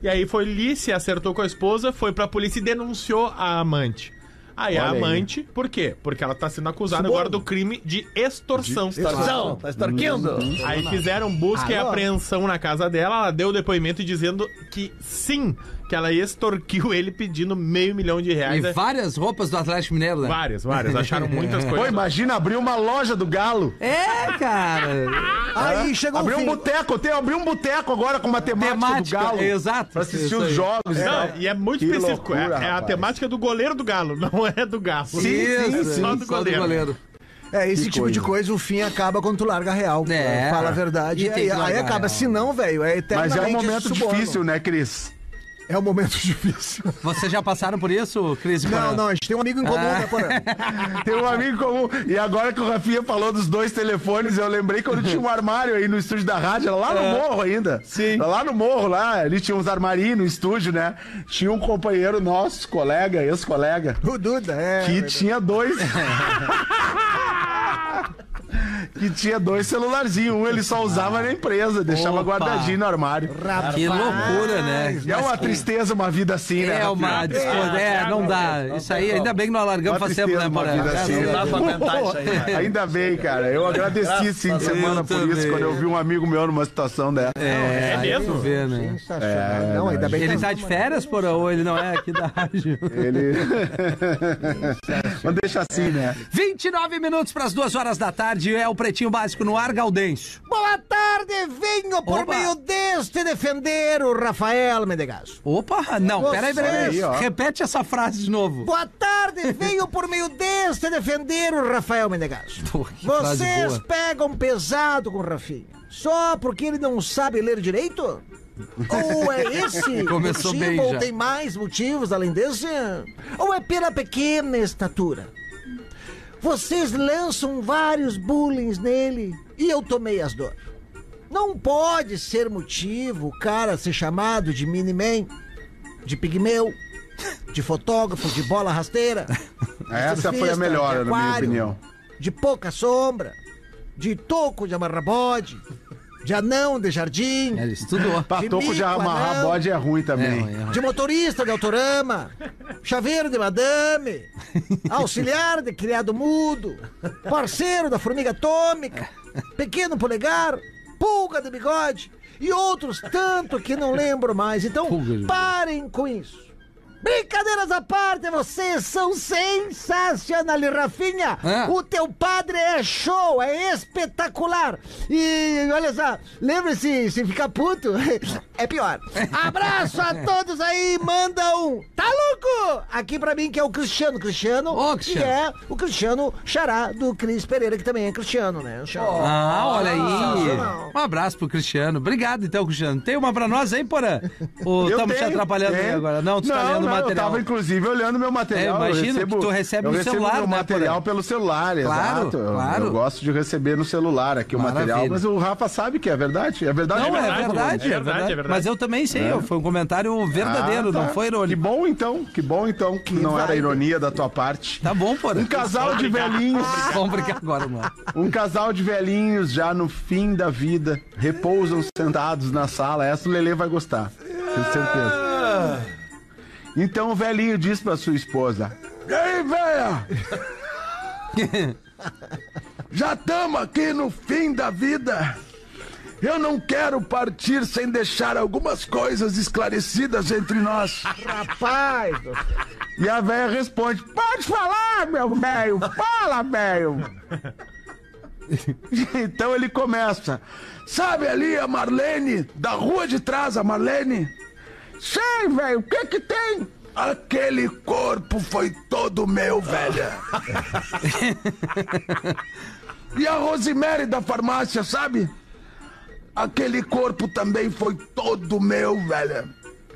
Speaker 7: E aí foi ali, se acertou com a esposa, foi pra polícia e denunciou a amante. Aí a
Speaker 5: Olha aí.
Speaker 7: amante, por quê? Porque ela tá sendo acusada agora do crime de extorsão.
Speaker 6: Extorsão, tá extorquindo.
Speaker 7: Aí fizeram busca e
Speaker 8: Alô?
Speaker 7: apreensão na casa dela, ela deu depoimento dizendo que sim, que ela extorquiu ele pedindo meio milhão de reais.
Speaker 4: E várias roupas do Atlético Mineiro, né?
Speaker 7: é- Várias, várias. Acharam muitas
Speaker 5: Pô,
Speaker 7: coisas.
Speaker 5: imagina abrir uma loja do Galo.
Speaker 4: É, cara.
Speaker 8: Aí chegou
Speaker 5: Abrir
Speaker 8: o
Speaker 5: um
Speaker 8: fim.
Speaker 5: boteco. Tem abrir um boteco agora com uma temática,
Speaker 4: Temática,
Speaker 5: do Galo.
Speaker 4: exato.
Speaker 5: Pra assistir
Speaker 4: Isso
Speaker 5: os
Speaker 4: aí.
Speaker 5: jogos e
Speaker 7: Não,
Speaker 5: tal.
Speaker 7: e é muito
Speaker 5: Que
Speaker 7: específico. é-
Speaker 5: loucura,
Speaker 7: é, a
Speaker 5: rapaz.
Speaker 7: temática do goleiro do Galo, não é do Galo.
Speaker 4: Isso,
Speaker 7: só do goleiro.
Speaker 9: É, esse
Speaker 5: Que
Speaker 9: tipo de coisa, o fim acaba quando tu larga a real.
Speaker 4: É.
Speaker 9: Fala a verdade.
Speaker 4: E
Speaker 9: E
Speaker 4: tem
Speaker 9: aí,
Speaker 4: que
Speaker 9: aí
Speaker 4: largar a
Speaker 9: acaba.
Speaker 4: real.
Speaker 9: Se não, velho, é
Speaker 5: Mas
Speaker 9: eternamente
Speaker 5: é um momento
Speaker 9: suborno.
Speaker 5: difícil, né, Cris?
Speaker 9: É um momento difícil.
Speaker 4: Vocês já passaram por isso, Cris? e
Speaker 5: É.
Speaker 9: Não,
Speaker 4: Porã?
Speaker 9: não, a gente tem um amigo em comum,
Speaker 4: Ah.
Speaker 9: né, Porã?
Speaker 5: Tem um amigo comum. E agora que o Rafinha falou dos dois telefones, eu lembrei quando tinha um armário aí no estúdio da rádio, era lá no morro ainda.
Speaker 4: Sim.
Speaker 5: Era Lá no morro, lá, ali tinha uns armarinhos no estúdio, né? Tinha um companheiro nosso, colega, ex-colega,
Speaker 9: O Duda, é.
Speaker 5: que tinha dois. que tinha dois celularzinhos. Um ele só usava na empresa, deixava
Speaker 4: Opa.
Speaker 5: guardadinho no armário.
Speaker 4: Que loucura, né?
Speaker 5: E é uma tristeza uma vida assim, né?
Speaker 4: É
Speaker 5: Rafinha?
Speaker 4: uma discordância. É, não dá. Isso aí, ainda bem que nós largamos
Speaker 5: Uma
Speaker 4: faz tempo, né,
Speaker 5: tristeza, uma vida
Speaker 4: Porã?
Speaker 5: assim.
Speaker 9: Não dá pra
Speaker 6: aguentar isso aí, cara.
Speaker 5: Ainda bem, cara. Eu agradeci esse fim de semana
Speaker 4: Eu
Speaker 5: por isso,
Speaker 4: também.
Speaker 5: quando eu vi um amigo meu numa situação dessa.
Speaker 4: É, aí
Speaker 7: mesmo?
Speaker 4: tu vê, né?
Speaker 9: Sensacional.
Speaker 5: É,
Speaker 9: não, ainda bem
Speaker 4: Ele
Speaker 9: que
Speaker 4: tá de férias, Porã, ou ele não é aqui da rádio?
Speaker 5: Ele. Mas deixa assim, né?
Speaker 4: É. 29 minutos para as duas horas da tarde é o Pretinho Básico no ar, Gaudêncio.
Speaker 8: Boa tarde, venho por
Speaker 4: Opa.
Speaker 8: meio deste defender o Rafael Medegasso.
Speaker 4: Opa, não, peraí, peraí.
Speaker 5: Olha aí, ó.
Speaker 4: Repete essa frase de novo.
Speaker 8: Boa tarde, venho por meio deste defender o Rafael Menegasso.
Speaker 4: Pô, que frase
Speaker 8: Vocês
Speaker 4: boa.
Speaker 8: pegam pesado com o Rafinha só porque ele não sabe ler direito? Ou é esse
Speaker 4: Começou
Speaker 8: motivo,
Speaker 4: bem
Speaker 8: ou
Speaker 4: já.
Speaker 8: tem mais motivos além desse? Ou é pela pequena estatura? Vocês lançam vários bullings nele e eu tomei as dores. Não pode ser motivo o cara ser chamado de Miniman, de pigmeu, de fotógrafo, de bola rasteira. de
Speaker 5: Essa
Speaker 4: assim,
Speaker 5: foi
Speaker 8: surfista,
Speaker 5: a
Speaker 8: de
Speaker 5: melhor, na minha
Speaker 8: aquário,
Speaker 5: opinião.
Speaker 8: De pouca sombra, de toco de amarrabode, de anão de jardim,
Speaker 4: Ele estudou.
Speaker 5: Pra
Speaker 8: De
Speaker 5: Tá toco de
Speaker 8: bico,
Speaker 5: amarrar
Speaker 8: anão.
Speaker 5: bode é ruim também.
Speaker 4: É, é,
Speaker 8: de motorista de autorama, chaveiro de madame, auxiliar de criado mudo, parceiro da formiga atômica, pequeno polegar, pulga de bigode e outros tanto que não lembro mais. Então,
Speaker 4: Pulga de
Speaker 8: parem com isso. Brincadeiras à parte, vocês são sensacionais, Rafinha.
Speaker 4: Ah.
Speaker 8: O teu padre é show, é espetacular. E olha só, lembre-se, se ficar puto, é pior. Abraço a todos aí, manda um. Tá louco? Aqui pra mim que é o Cristiano, Cristiano.
Speaker 4: Ô, Cristiano.
Speaker 8: Que é o Cristiano Xará do Cris Pereira, que também é Cristiano, né? Xará.
Speaker 4: Ah, olha
Speaker 8: sensacional.
Speaker 4: aí. Um abraço pro Cristiano. Obrigado, então, Cristiano. Tem uma pra nós, hein, Porã? Ou
Speaker 5: Eu
Speaker 4: estamos te
Speaker 5: tenho,
Speaker 4: atrapalhando
Speaker 5: tenho.
Speaker 4: aí agora? Não, tu tá lendo o
Speaker 5: não, Eu
Speaker 4: material.
Speaker 5: tava, inclusive, olhando meu material.
Speaker 4: É,
Speaker 5: Eu
Speaker 4: imagino que tu recebe
Speaker 5: eu
Speaker 4: no
Speaker 5: recebo
Speaker 4: celular,
Speaker 5: meu
Speaker 4: né,
Speaker 5: material
Speaker 4: Porã?
Speaker 5: pelo celular,
Speaker 4: Claro,
Speaker 5: exato. Eu-
Speaker 4: claro.
Speaker 5: Eu gosto de receber no celular aqui
Speaker 4: Maravilha.
Speaker 5: o material, mas o Rafa sabe que é verdade. É verdade,
Speaker 4: Não, é verdade,
Speaker 7: verdade,
Speaker 4: é verdade,
Speaker 7: é verdade, é verdade.
Speaker 4: Mas eu também sei, ó, foi um comentário verdadeiro,
Speaker 5: Né? Ah, tá.
Speaker 4: não foi
Speaker 5: Que
Speaker 4: irônico.
Speaker 5: bom então, que bom então, que não era ironia da tua parte.
Speaker 4: Tá bom, Porã.
Speaker 5: Um casal de velhinhos,
Speaker 4: Vamos brincar agora, mano.
Speaker 5: um casal de velhinhos já no fim da vida, repousam sentados na sala. Essa o Lelê vai gostar, tenho certeza.
Speaker 4: Ah.
Speaker 5: Então o velhinho diz pra sua esposa: E aí, velha? Já estamos aqui no fim da vida. Eu não quero partir sem deixar algumas coisas esclarecidas entre nós.
Speaker 8: Rapaz,
Speaker 5: E a véia responde: Pode falar, meu velho, fala, velho. então ele começa: Sabe ali a Marlene, da rua de trás, a Marlene? Sei, velho, o que que tem? Aquele corpo foi todo meu, velha. e a Rosemary da farmácia, sabe? Aquele corpo também foi todo meu, velha.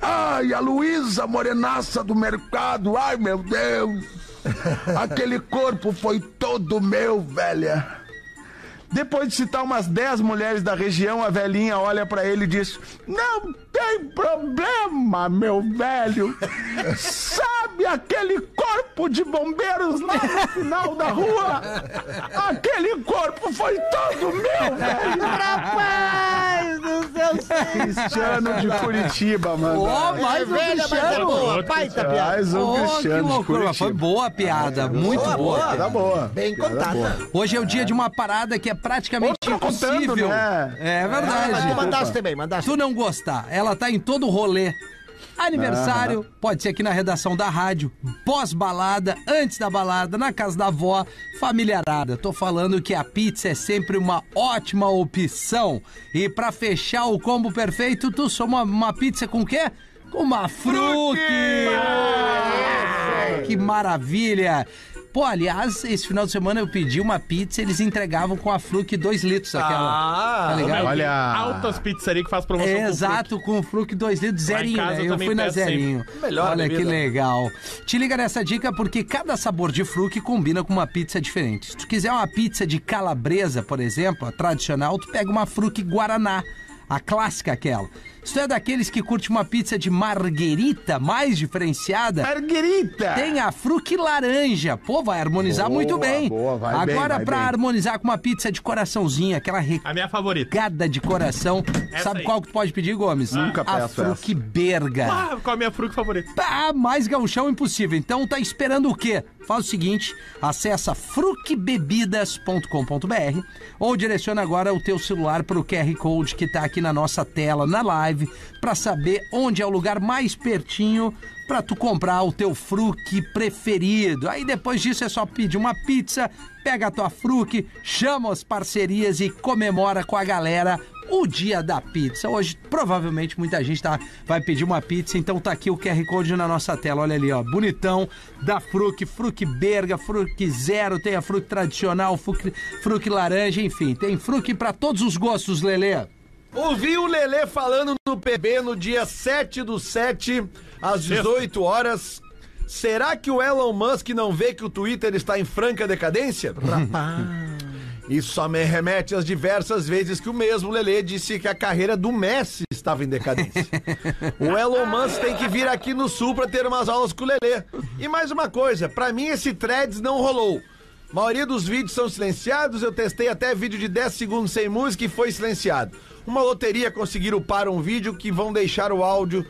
Speaker 5: Ai, a Luísa Morenaça do mercado, ai meu Deus. Aquele corpo foi todo meu, velha. Depois de citar umas 10 mulheres da região, a velhinha olha pra ele e diz: Não tem problema, meu velho. Sabe aquele corpo de bombeiros lá no final da rua? Aquele corpo foi todo meu, velho.
Speaker 8: rapaz do céu,
Speaker 5: Cristiano de Curitiba, mano.
Speaker 4: Ô, mais um
Speaker 8: velha, mas
Speaker 4: Cristiano.
Speaker 8: boa, baita piada.
Speaker 5: Mais um
Speaker 4: Ô, que
Speaker 5: Cristiano de
Speaker 4: loucura.
Speaker 5: Curitiba. É,
Speaker 4: mas Foi boa a piada, muito boa.
Speaker 5: Boa, tá boa.
Speaker 8: Bem contada.
Speaker 4: Hoje é o dia de uma parada que é praticamente
Speaker 5: Outra tá contando,
Speaker 4: impossível.
Speaker 5: né?
Speaker 4: É
Speaker 8: Ah, mas tu
Speaker 4: verdade.
Speaker 8: mandaste também, mandaste.
Speaker 4: tu não gostar, ela tá em todo rolê. Aniversário, pode ser aqui na redação da rádio, pós-balada, antes da balada, na casa da avó, familiarada. Tô falando que a pizza é sempre uma ótima opção. E pra fechar o combo perfeito, tu soma uma pizza com o quê? Com uma fruque! Ah, que maravilha! Pô, aliás, esse final de semana eu pedi uma pizza, eles entregavam com a Fluke 2 litros aquela. tá
Speaker 7: Como é
Speaker 4: ligado?
Speaker 7: que-
Speaker 5: Olha.
Speaker 7: Ah, Altas pizzarias que faz promoção. com
Speaker 4: Exato, com o Fluke 2 litros,
Speaker 7: Lá em
Speaker 4: zerinho.
Speaker 7: casa
Speaker 4: né?
Speaker 7: eu
Speaker 4: Eu
Speaker 7: também
Speaker 4: fui na
Speaker 7: peço
Speaker 4: zerinho.
Speaker 6: Melhor
Speaker 4: Olha que
Speaker 6: bebida.
Speaker 4: legal. Te liga nessa dica porque cada sabor de Fluke combina com uma pizza diferente. Se tu quiser uma pizza de calabresa, por exemplo, a tradicional, tu pega uma Fluke Guaraná, a clássica aquela. Se tu é daqueles que curte uma pizza de marguerita mais diferenciada,
Speaker 5: Marguerita!
Speaker 4: tem a fruque laranja. Pô, vai harmonizar
Speaker 5: Boa,
Speaker 4: muito bem.
Speaker 5: boa, vai bem,
Speaker 4: Agora,
Speaker 5: vai
Speaker 4: pra
Speaker 5: bem.
Speaker 4: harmonizar com uma pizza de coraçãozinho, aquela
Speaker 7: A minha favorita.
Speaker 4: recada de coração.
Speaker 7: Essa
Speaker 4: Sabe
Speaker 7: aí.
Speaker 4: qual que tu pode pedir, Gomes?
Speaker 5: Nunca
Speaker 4: A
Speaker 5: peço essa.
Speaker 4: fruque berga.
Speaker 7: Ah, qual é a minha fruta favorita?
Speaker 4: Pá, mais gauchão impossível. Então tá esperando o quê? Faz o seguinte, acessa frucbebidas.com.br ou direciona agora o teu celular pro QR Code que tá aqui na nossa tela, na live, pra saber onde é o lugar mais pertinho pra tu comprar o teu fruque preferido. Aí depois disso é só pedir uma pizza, pega a tua fruque, chama as parcerias e comemora com a galera o dia da pizza. Hoje, provavelmente, muita gente tá, vai pedir uma pizza, então tá aqui o QR Code na nossa tela. Olha ali, ó. Bonitão, da Fruc, Fruc Berga, Fruc Zero, tem a Fruc tradicional, Fruc, Fruc Laranja, enfim, tem Fruc pra todos os gostos, Lelê.
Speaker 6: Ouvi o Lelê falando no PB no dia 7 do 7, às 18 horas. Será que o Elon Musk não vê que o Twitter está em franca decadência? Rapaz. Isso só me remete às diversas vezes que o mesmo Lelê disse que a carreira do Messi estava em decadência. o Elon Musk tem que vir aqui no Sul para ter umas aulas com o Lelê. E mais uma coisa, para mim esse threads não rolou. A maioria dos vídeos são silenciados, eu testei até vídeo de 10 segundos sem música e foi silenciado. Uma loteria conseguiram upar um vídeo que vão deixar o áudio.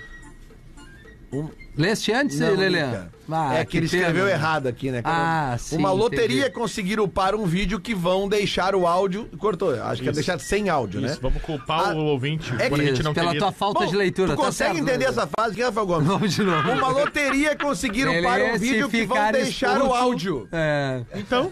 Speaker 4: Leste antes,
Speaker 6: Não,
Speaker 4: Lelê?
Speaker 6: cara.
Speaker 4: Ah,
Speaker 6: é que, ele
Speaker 4: pena.
Speaker 6: escreveu errado aqui, né, cara?
Speaker 4: Ah, sim,
Speaker 6: Uma loteria
Speaker 4: entendi.
Speaker 6: conseguiram upar um vídeo que vão deixar o áudio. Cortou, acho que é deixar sem áudio, né?
Speaker 7: Isso, vamos culpar
Speaker 6: Ah,
Speaker 7: o ouvinte
Speaker 6: é
Speaker 7: quando a
Speaker 6: que-
Speaker 7: gente não
Speaker 4: Pela
Speaker 7: queria.
Speaker 4: tua falta
Speaker 6: Bom,
Speaker 4: de leitura,
Speaker 6: Tu
Speaker 4: tá
Speaker 6: consegue
Speaker 4: certo,
Speaker 6: entender
Speaker 4: Lelê?
Speaker 6: essa frase, quem é, Rafael Gomes?
Speaker 4: Vamos de novo.
Speaker 6: Uma loteria conseguiram
Speaker 4: Lelê,
Speaker 6: upar um
Speaker 4: se
Speaker 6: vídeo que vão
Speaker 4: ficares
Speaker 6: deixar o
Speaker 4: puto,
Speaker 6: áudio.
Speaker 4: É,
Speaker 7: Então,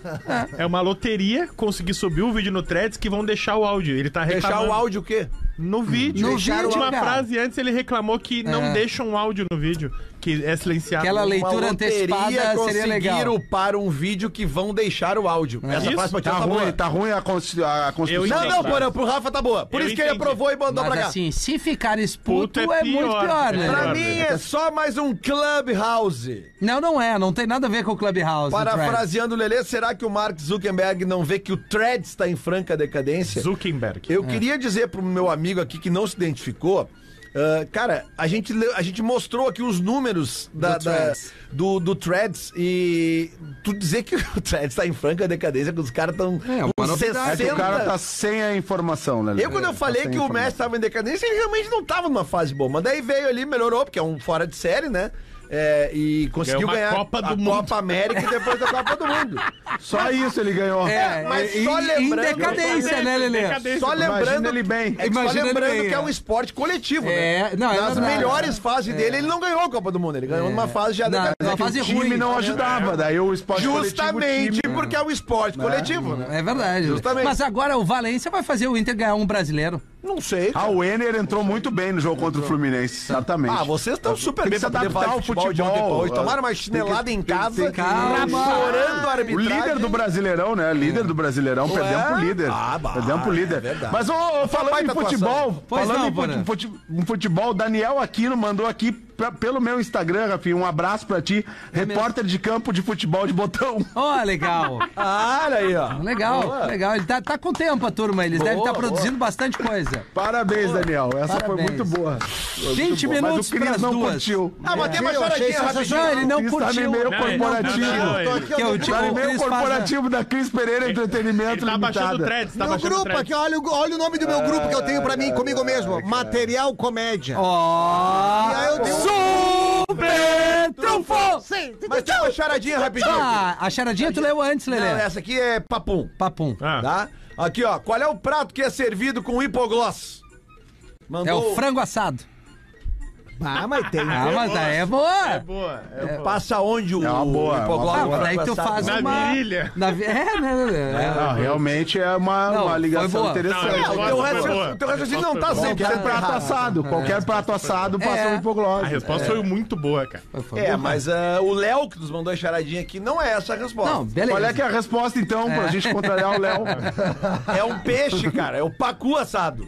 Speaker 7: é uma loteria conseguir subir o vídeo no threads que vão deixar o áudio. Ele tá reclamando.
Speaker 6: Deixar o áudio o quê?
Speaker 7: No vídeo.
Speaker 4: No
Speaker 7: Deixaram
Speaker 4: vídeo,
Speaker 7: uma
Speaker 4: cara. É.
Speaker 7: frase antes ele reclamou que não deixam um áudio no vídeo, que é silenciado.
Speaker 4: Aquela lei- Leitura antecipada seria legal. É.
Speaker 6: conseguiram upar um vídeo que vão deixar o áudio. Essa
Speaker 7: Isso,
Speaker 6: frase pra ti
Speaker 5: Tá
Speaker 6: não
Speaker 5: ruim,
Speaker 6: boa.
Speaker 5: tá ruim a, cons- a construção.
Speaker 7: Eu
Speaker 6: Não,
Speaker 7: entendi.
Speaker 6: Ah, não, porra, pro Rafa tá boa. Por
Speaker 7: Eu
Speaker 6: isso que ele
Speaker 7: entendi.
Speaker 6: aprovou e mandou pra
Speaker 4: mas
Speaker 6: cá.
Speaker 4: assim, se ficares puto,
Speaker 7: Puto
Speaker 4: é,
Speaker 7: é
Speaker 4: muito
Speaker 7: pior,
Speaker 4: pior,
Speaker 7: é
Speaker 4: né?
Speaker 7: pior.
Speaker 6: Pra mim é só mais um Clubhouse.
Speaker 4: Não, não é. Não tem nada a ver com o Clubhouse. Fred.
Speaker 6: Parafraseando o Lelê, será que o Mark Zuckerberg não vê que o Threads está em franca decadência?
Speaker 7: Zuckerberg.
Speaker 4: É.
Speaker 6: Eu queria dizer pro meu amigo aqui que não se identificou. ah, cara, a gente, le- a gente mostrou aqui os números da,
Speaker 4: Do
Speaker 6: da-
Speaker 4: Threads.
Speaker 6: do, do Threads e tu dizer que o Threads tá em franca decadência, que os caras estão
Speaker 4: É, uma novidade.
Speaker 5: É que o cara tá sem a informação, né?
Speaker 6: Eu, quando
Speaker 4: É,
Speaker 6: eu
Speaker 4: tá
Speaker 6: falei que o Messi tava em decadência, ele realmente não tava numa fase boa. Mas daí veio ali, melhorou, porque é um fora de série, né? É, e conseguiu
Speaker 7: uma
Speaker 6: ganhar
Speaker 7: Copa do
Speaker 6: a
Speaker 7: Mundo.
Speaker 6: Copa América e depois a Copa do Mundo.
Speaker 5: Só isso ele ganhou.
Speaker 4: É,
Speaker 6: mas
Speaker 4: em-
Speaker 6: só
Speaker 4: em
Speaker 6: lembrando-
Speaker 4: decadência, né, Lelê?
Speaker 7: Decadência.
Speaker 6: Só lembrando.
Speaker 5: ele bem.
Speaker 6: É que só
Speaker 4: Imagina ele
Speaker 6: lembrando
Speaker 4: bem,
Speaker 6: que é
Speaker 4: é.
Speaker 6: um esporte coletivo,
Speaker 4: É,
Speaker 6: né?
Speaker 4: não, é
Speaker 6: Nas
Speaker 4: verdade. É.
Speaker 6: melhores fases dele, ele não ganhou a Copa do Mundo. Ele ganhou numa É fase já
Speaker 4: Não,
Speaker 6: decadente.
Speaker 4: numa fase
Speaker 5: O time
Speaker 4: ruim,
Speaker 5: não
Speaker 4: tá
Speaker 5: ajudava, daí o é
Speaker 6: É.
Speaker 5: esporte
Speaker 6: Justamente porque é um esporte coletivo, né?
Speaker 4: É verdade.
Speaker 6: Justamente.
Speaker 4: Mas agora o Valência vai fazer o Inter ganhar um brasileiro.
Speaker 6: Não sei.
Speaker 5: Ah, o Ener entrou muito bem no jogo contra o Fluminense, exatamente.
Speaker 6: Ah, vocês estão super
Speaker 5: Tem
Speaker 6: bem
Speaker 5: que se
Speaker 6: pra poder
Speaker 5: adaptar
Speaker 6: falar
Speaker 5: ao
Speaker 6: de futebol, de ontem pra
Speaker 5: futebol.
Speaker 6: hoje. Tomaram uma chinelada em casa,
Speaker 5: tem que-
Speaker 6: chorando a
Speaker 5: O
Speaker 6: arbitragem. é-
Speaker 5: líder do Brasileirão, né? Líder do Brasileirão, perdemos pro líder.
Speaker 6: Ah, bah,
Speaker 5: perdemos pro
Speaker 6: é
Speaker 5: líder.
Speaker 6: verdade.
Speaker 5: Mas ô, ô, falando em
Speaker 6: baita
Speaker 5: futebol,
Speaker 6: atuação.
Speaker 4: Pois
Speaker 5: falando
Speaker 4: não,
Speaker 5: em
Speaker 4: Porã.
Speaker 5: fute- fute- em futebol, Daniel Aquino mandou aqui pra- pelo meu Instagram, Rafinha, um abraço pra ti,
Speaker 4: É
Speaker 5: repórter de campo de futebol de botão.
Speaker 4: Ó, legal.
Speaker 6: Ah, olha aí, ó.
Speaker 4: Legal, legal. Ele tá, tá com tempo, a turma. Eles devem estar
Speaker 6: boa.
Speaker 4: produzindo bastante coisa.
Speaker 5: Parabéns, Daniel. Essa
Speaker 4: Parabéns.
Speaker 5: foi muito boa. Foi
Speaker 4: 20
Speaker 5: muito boa.
Speaker 4: minutos
Speaker 5: Mas o Cris
Speaker 4: pras
Speaker 5: não
Speaker 4: duas.
Speaker 5: curtiu.
Speaker 6: Ah, mas tem uma
Speaker 8: Eu achei
Speaker 6: choradinha rapidinho.
Speaker 8: sensacional.
Speaker 4: Não, ele não
Speaker 5: Isso tá no
Speaker 4: curtiu.
Speaker 5: e-mail
Speaker 7: Não,
Speaker 5: corporativo.
Speaker 7: ele- não, não,
Speaker 6: Tô
Speaker 7: ele-
Speaker 6: aqui, ó,
Speaker 4: Que é o
Speaker 6: no
Speaker 4: tipo
Speaker 5: Tá no
Speaker 4: o
Speaker 5: e-mail
Speaker 4: Cris faz... né?
Speaker 5: corporativo da Cris Pereira Entretenimento
Speaker 7: Ele tá baixando o
Speaker 5: Limitada.
Speaker 7: threads, tá
Speaker 8: Meu
Speaker 7: baixando o
Speaker 8: grupo aqui,
Speaker 7: threads.
Speaker 8: olha, o- olha o nome do meu grupo que eu tenho pra
Speaker 6: É,
Speaker 8: mim, comigo mesmo. Material Comédia.
Speaker 4: Ó,
Speaker 8: E aí eu tenho...
Speaker 4: super trunfo!
Speaker 8: Sim, tem-
Speaker 6: Mas tem uma charadinha rapidinho.
Speaker 4: Ah, a charadinha tu leu antes,
Speaker 6: Não,
Speaker 4: Lelê.
Speaker 6: essa aqui é papum,
Speaker 4: Papum.
Speaker 7: Ah,
Speaker 6: tá? Aqui, ó. Qual é o prato que é servido com hipogloss? Mandou
Speaker 4: É o frango assado.
Speaker 9: Ah, mas tem.
Speaker 4: Ah, mas daí é boa.
Speaker 7: Boa. É boa.
Speaker 6: Passa onde o
Speaker 5: É uma boa, é uma
Speaker 4: Ah,
Speaker 6: hipoglobo
Speaker 4: mas daí tu faz
Speaker 7: Na
Speaker 4: uma...
Speaker 7: virilha.
Speaker 4: Na vi- É, né? né,
Speaker 5: Ah, realmente é uma,
Speaker 4: Não,
Speaker 5: uma
Speaker 4: foi
Speaker 5: ligação
Speaker 4: boa.
Speaker 5: interessante.
Speaker 7: Não,
Speaker 6: O
Speaker 7: eu
Speaker 6: teu
Speaker 7: Nossa, foi
Speaker 6: raciocínio-
Speaker 7: boa.
Speaker 6: o teu raciocínio não tá
Speaker 7: Nossa, foi
Speaker 6: sempre.
Speaker 5: Qualquer prato assado, qualquer prato assado passa
Speaker 4: É.
Speaker 5: um hipoglose.
Speaker 7: A resposta foi muito boa, cara.
Speaker 4: é. Foi
Speaker 6: É,
Speaker 4: boa.
Speaker 6: mas ah, o Léo que nos mandou a charadinha aqui não é essa a resposta.
Speaker 4: Não, beleza.
Speaker 5: Qual é que é a resposta, então, pra gente contrariar o Léo?
Speaker 6: É um peixe, cara. É o pacu assado.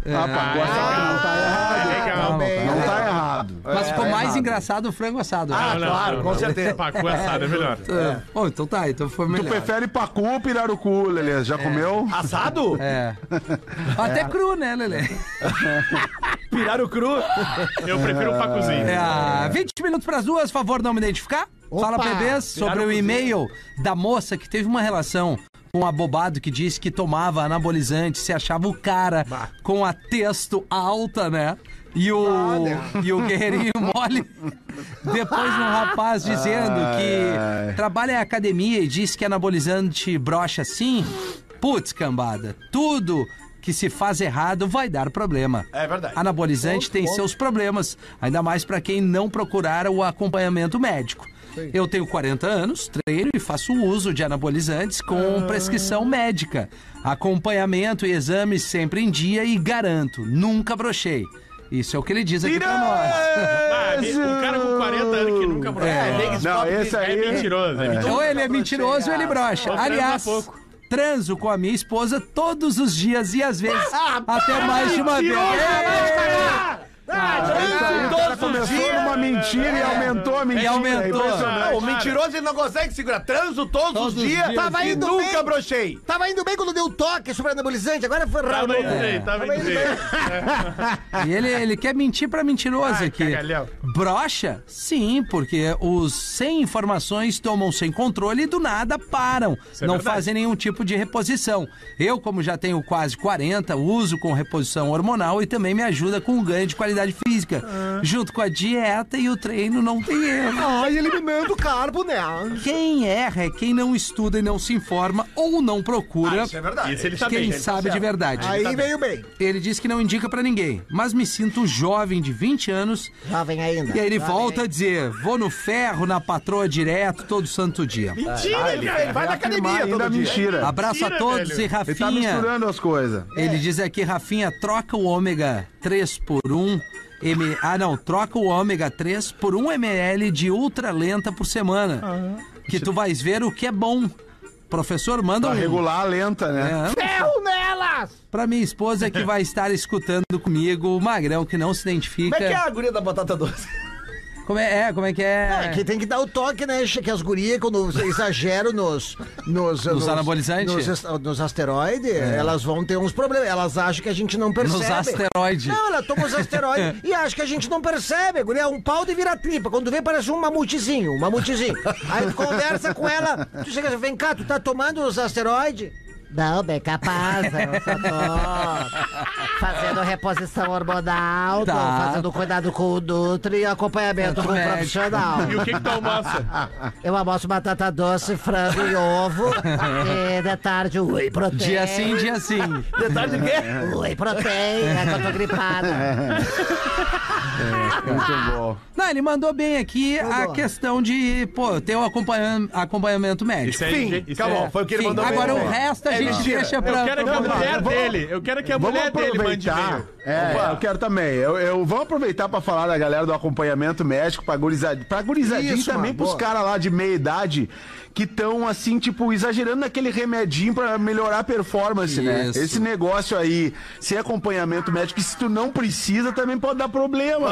Speaker 5: Rapaz, não tá errado.
Speaker 7: Ah, legal.
Speaker 5: Não tá errado.
Speaker 4: Mas ficou mais engraçado o frango assado.
Speaker 6: Ah, claro, com certeza.
Speaker 7: Pacu assado é melhor.
Speaker 4: É. Bom, então tá, então foi melhor.
Speaker 5: Tu prefere pacu ou pirarucu, Lelê? Já comeu?
Speaker 6: Assado?
Speaker 4: É. Até cru, né, Lelê?
Speaker 6: Pirar o cru.
Speaker 7: Eu prefiro o pacuzinho.
Speaker 4: É, 20 minutos pras duas, favor não me identificar. Fala, bebês, sobre o e-mail da moça que teve uma relação com um abobado que disse que tomava anabolizante, se achava o cara com a texto alta, né? E o, e o guerreirinho mole. Depois um rapaz dizendo
Speaker 6: É.
Speaker 4: que trabalha em academia e diz que é anabolizante brocha sim. Putz, cambada, tudo que se faz errado vai dar problema.
Speaker 6: É verdade.
Speaker 4: Anabolizante tem seus problemas, ainda mais para quem não procurar o acompanhamento médico. Eu tenho 40 anos, treino e faço uso de anabolizantes
Speaker 6: Ah.
Speaker 4: com prescrição médica. Acompanhamento e exames sempre em dia e garanto, nunca brochei. Isso é o que ele diz aqui pra nós.
Speaker 7: Ah, o cara com 40 anos que nunca brochou.
Speaker 4: É, tem
Speaker 5: Não, esse
Speaker 7: É
Speaker 5: aí...
Speaker 7: mentiroso. É mentiroso.
Speaker 4: Ou ele é mentiroso ou ele brocha.
Speaker 7: Ou
Speaker 4: Aliás,
Speaker 7: ah, transa um pouco.
Speaker 4: transo com a minha esposa todos os dias e às vezes
Speaker 7: Ah,
Speaker 4: até mais de uma vez.
Speaker 5: O cara começou numa mentira e aumentou a mentira.
Speaker 4: aumentou.
Speaker 5: impressionante.
Speaker 6: Não, o mentiroso ele não consegue segurar. Transo todos, os
Speaker 4: Todos os
Speaker 6: dias.
Speaker 4: dias.
Speaker 6: Tava
Speaker 8: E
Speaker 6: indo
Speaker 8: nunca
Speaker 6: nunca brochei.
Speaker 8: Tava indo bem quando deu o toque sobre anabolizante, agora foi
Speaker 7: Tava
Speaker 8: raro.
Speaker 7: indo bem, tava indo bem.
Speaker 4: E ele, ele quer mentir pra mentiroso
Speaker 7: Ai,
Speaker 4: aqui.
Speaker 7: cagalhão.
Speaker 4: Brocha? Sim, porque os sem informações tomam sem controle e do nada param.
Speaker 7: é
Speaker 4: não
Speaker 7: verdade.
Speaker 4: fazem nenhum tipo de reposição. Eu, como já tenho quase 40, uso com reposição hormonal e também me ajuda com o ganho de qualidade física.
Speaker 7: Ah.
Speaker 4: Junto com a dieta e o treino não tem erro.
Speaker 9: Ai, eliminando o carbo, né?
Speaker 4: Quem erra é quem não estuda e não se informa ou não procura.
Speaker 6: Isso é verdade.
Speaker 7: Esse ele tá bem.
Speaker 4: Quem
Speaker 7: gente.
Speaker 4: sabe de verdade.
Speaker 6: tá
Speaker 9: Aí veio bem.
Speaker 4: Ele diz que não indica pra ninguém, mas me sinto um jovem de 20 anos.
Speaker 8: Jovem ainda.
Speaker 4: E aí ele
Speaker 7: Tá
Speaker 4: volta a dizer: vou no ferro, na patroa direto, todo santo dia.
Speaker 7: Mentira, ele
Speaker 6: Ele vai na academia
Speaker 5: É Ainda
Speaker 6: todo dia.
Speaker 5: mentira.
Speaker 4: Abraço a
Speaker 7: Mentira,
Speaker 4: todos
Speaker 7: velho.
Speaker 4: e
Speaker 5: Ele tá
Speaker 4: Rafinha.
Speaker 5: misturando as coisas.
Speaker 4: Ele diz aqui, Rafinha, troca o ômega 3 por 1 M... Ah, não, troca o ômega 3 por 1 ml de ultra lenta por semana. Que tu vais ver o que é bom. Professor, manda
Speaker 5: Pra
Speaker 4: um.
Speaker 5: regular a lenta, né?
Speaker 4: É,
Speaker 8: Ferro nelas!
Speaker 4: pra minha esposa que vai estar escutando comigo, o Magrão, que não se identifica.
Speaker 6: Como é que é a guria da batata doce?
Speaker 4: Como é, é, como é que é?
Speaker 8: É, que tem que dar o toque, né? Que as gurias, quando exageram nos... Nos, É.
Speaker 4: anabolizantes?
Speaker 8: Nos, est- nos asteroides, elas vão ter uns problemas. Elas acham que a gente não percebe.
Speaker 4: Nos asteroides.
Speaker 8: Não, é. ela toma os
Speaker 4: É.
Speaker 8: asteroides e acha que a gente não percebe. Guria, um pau de vira tripa. Quando vê, parece um mamutezinho, um mamutezinho. Aí tu conversa com ela, tu chega e vem cá, tu tá tomando os asteroides? Não, bem capaz, eu só tô fazendo reposição hormonal,
Speaker 4: Tá. fazendo
Speaker 8: cuidado com o Nutri e acompanhamento
Speaker 4: com o Médico. profissional.
Speaker 7: E o que que tu almoça?
Speaker 8: Eu almoço batata doce, frango e ovo, e de tarde o whey protein.
Speaker 4: Dia sim, dia sim.
Speaker 6: Detalhe de quê?
Speaker 8: Whey protein, é que eu tô
Speaker 4: É.
Speaker 8: gripada.
Speaker 5: Muito bom.
Speaker 4: Não, ele mandou bem aqui a questão de, pô, ter o acompanha- acompanhamento médico.
Speaker 7: Isso aí,
Speaker 6: Fim.
Speaker 7: isso
Speaker 6: Acabou.
Speaker 7: aí.
Speaker 6: Foi o que ele
Speaker 4: Sim,
Speaker 6: mandou bem
Speaker 4: agora o
Speaker 6: também. É
Speaker 4: resto a gente
Speaker 6: mentira. é
Speaker 4: deixa pra...
Speaker 7: Eu quero é que a
Speaker 4: pra-
Speaker 7: mulher
Speaker 5: vamos-
Speaker 7: dele, eu quero é que a
Speaker 5: Vamos
Speaker 7: mulher dele mande
Speaker 5: aproveitar.
Speaker 7: e-mail.
Speaker 5: É, eu quero também. Eu, eu- vamos aproveitar pra falar da galera do acompanhamento médico, pra, gurizad, pra gurizadinha e
Speaker 9: Isso,
Speaker 5: também
Speaker 9: mano,
Speaker 5: pros
Speaker 9: boa.
Speaker 5: caras lá de meia idade que estão, assim, tipo, exagerando naquele remedinho pra melhorar a performance, né?
Speaker 4: Isso.
Speaker 5: Esse negócio aí, sem acompanhamento médico, e se tu não precisa, também pode dar problema.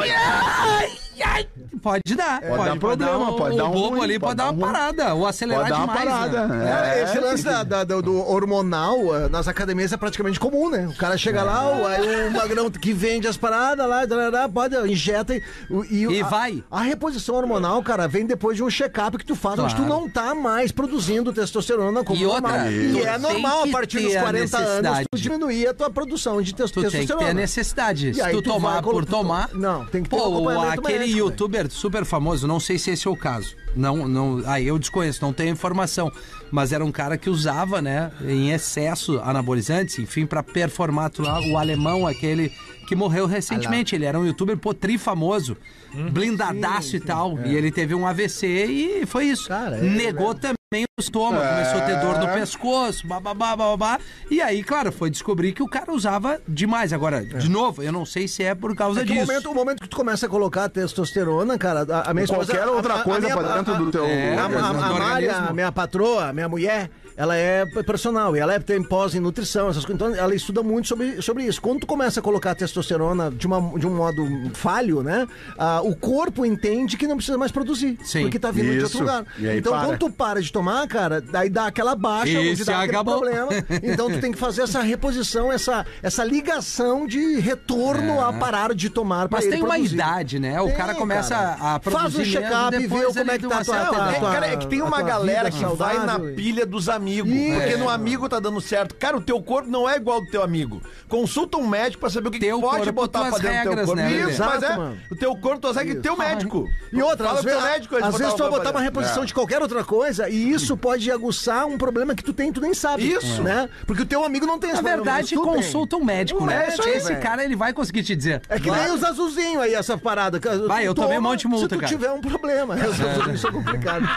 Speaker 4: Pode dar. Pode,
Speaker 5: dar problema,
Speaker 4: um-
Speaker 5: pode dar
Speaker 4: O
Speaker 5: um
Speaker 4: bobo
Speaker 5: ruim,
Speaker 4: ali pode
Speaker 5: pode
Speaker 4: dar
Speaker 5: dar
Speaker 4: uma
Speaker 5: um ruim.
Speaker 4: parada. O acelerar
Speaker 5: Pode dar uma
Speaker 4: demais,
Speaker 5: parada.
Speaker 4: né?
Speaker 9: É,
Speaker 5: É,
Speaker 9: esse lance da- da- da- do hormonal eh, nas academias é praticamente comum, né? O cara chega lá, o- aí o magrão que vende as paradas lá, tarará, pode, injeta e... o- o-
Speaker 4: E
Speaker 9: a-
Speaker 4: vai.
Speaker 9: A reposição hormonal, cara, vem depois de um check-up que tu faz, onde tu
Speaker 4: Claro.
Speaker 9: não tá mais produzindo testosterona como
Speaker 4: E outra,
Speaker 9: normal.
Speaker 4: tu
Speaker 9: E é
Speaker 4: tem
Speaker 9: normal, a
Speaker 4: que
Speaker 9: partir
Speaker 4: ter
Speaker 9: dos
Speaker 4: a
Speaker 9: 40 anos, tu
Speaker 4: necessidade.
Speaker 9: diminuir a tua produção de tes-
Speaker 4: Tu tem que ter a
Speaker 9: testosterona.
Speaker 4: necessidade.
Speaker 9: E
Speaker 4: Se
Speaker 9: aí
Speaker 4: tu
Speaker 9: tu
Speaker 4: tomar
Speaker 9: vai
Speaker 4: por
Speaker 9: colo-
Speaker 4: tomar.
Speaker 9: Não, tem que ter um
Speaker 4: Pô,
Speaker 9: acompanhamento
Speaker 4: aquele
Speaker 9: médico, né?
Speaker 4: youtuber super famoso, não sei se esse é o caso. Não, não, aí eu desconheço, não tenho informação. Mas era um cara que usava, né, em excesso anabolizantes, enfim, pra performar tu lá, o alemão, aquele que morreu recentemente. Ele era um youtuber potri famoso,
Speaker 8: Uhum.
Speaker 4: blindadaço e tal. E ele teve um AVC e foi isso.
Speaker 8: É. Cara, é
Speaker 4: Negou também o estômago, começou a ter dor no pescoço, bababá, bababá. E aí, claro, foi descobrir que o cara usava demais. Agora, de novo, eu não sei se é por causa
Speaker 8: É que o
Speaker 4: disso.
Speaker 8: momento, o momento que tu começa a colocar testosterona, cara, a, a minha esposa-
Speaker 10: Qualquer
Speaker 8: a-
Speaker 10: outra
Speaker 8: a- a
Speaker 10: coisa
Speaker 8: minha-
Speaker 10: pra dentro
Speaker 8: a-
Speaker 10: do teu.
Speaker 4: é,
Speaker 8: A, a, a
Speaker 4: Do
Speaker 8: Maria,
Speaker 4: organismo.
Speaker 8: a minha patroa, a minha mulher, ela é p- personal e ela é, tem pós em nutrição, essas coisas. Então ela estuda muito sobre, sobre isso. Quando tu começa a colocar testosterona de, uma, de um modo falho, né? ah, o corpo entende que não precisa mais produzir.
Speaker 4: Sim.
Speaker 8: Porque tá vindo de
Speaker 10: Isso.
Speaker 8: outro lugar.
Speaker 10: E aí
Speaker 8: Então
Speaker 10: para.
Speaker 8: quando tu para de tomar, cara, daí dá aquela baixa, onde
Speaker 4: Isso,
Speaker 8: dá aquele
Speaker 4: acabou.
Speaker 8: problema. Então tu tem que fazer essa reposição, essa, essa ligação de retorno a parar de tomar
Speaker 4: É.
Speaker 8: pra
Speaker 4: Mas
Speaker 8: ele
Speaker 4: tem uma
Speaker 8: produzir.
Speaker 4: idade, né? O
Speaker 8: Tem,
Speaker 4: cara começa a- a produzir
Speaker 8: Faz um
Speaker 4: menos
Speaker 8: check-up e
Speaker 4: depois
Speaker 8: vê como
Speaker 4: ali
Speaker 8: é
Speaker 4: de
Speaker 8: que tá
Speaker 4: uma
Speaker 8: a tua,
Speaker 4: certa
Speaker 8: tua-
Speaker 4: idade.
Speaker 6: É,
Speaker 8: tua-
Speaker 6: cara, é que tem
Speaker 8: Ah, a
Speaker 6: uma
Speaker 8: tua
Speaker 6: galera
Speaker 8: vida é
Speaker 6: que vai na
Speaker 8: saudável e-
Speaker 6: pilha dos amigos.
Speaker 8: Isso.
Speaker 6: Porque
Speaker 8: É.
Speaker 6: no amigo tá dando certo. Cara, o teu corpo não é igual do teu amigo. Consulta um médico pra saber o que, que
Speaker 4: Teu
Speaker 6: pode
Speaker 4: corpo,
Speaker 6: botar pra
Speaker 4: tuas
Speaker 6: dentro do teu
Speaker 4: regras,
Speaker 6: corpo.
Speaker 4: né,
Speaker 6: Isso,
Speaker 4: Lelê?
Speaker 6: mas é.
Speaker 8: Exato, mano.
Speaker 6: O teu corpo, tuas regras, e teu médico.
Speaker 8: E outra,
Speaker 6: Fala
Speaker 8: às
Speaker 6: pro teu
Speaker 8: vezes,
Speaker 6: médico antes
Speaker 8: às
Speaker 6: de
Speaker 8: vezes tu vai
Speaker 6: o corpo
Speaker 8: botar uma
Speaker 6: pra dentro.
Speaker 4: É.
Speaker 8: reposição de qualquer outra coisa e isso pode aguçar um problema que tu tem e tu nem sabe.
Speaker 6: Isso.
Speaker 8: Né? Porque o teu amigo não tem
Speaker 4: Na
Speaker 8: esse problema,
Speaker 4: é verdade,
Speaker 8: mas tu tem.
Speaker 4: consulta um médico,
Speaker 8: Um
Speaker 4: né?
Speaker 8: médico,
Speaker 4: Esse
Speaker 8: velho.
Speaker 4: cara, ele vai conseguir te dizer.
Speaker 8: É que nem os azulzinhos aí, essa parada. que
Speaker 4: Vai,
Speaker 8: tu
Speaker 4: eu tomei um monte de multa,
Speaker 8: Se tu
Speaker 4: cara. É.
Speaker 8: tiver um problema. Essas coisas são complicadas.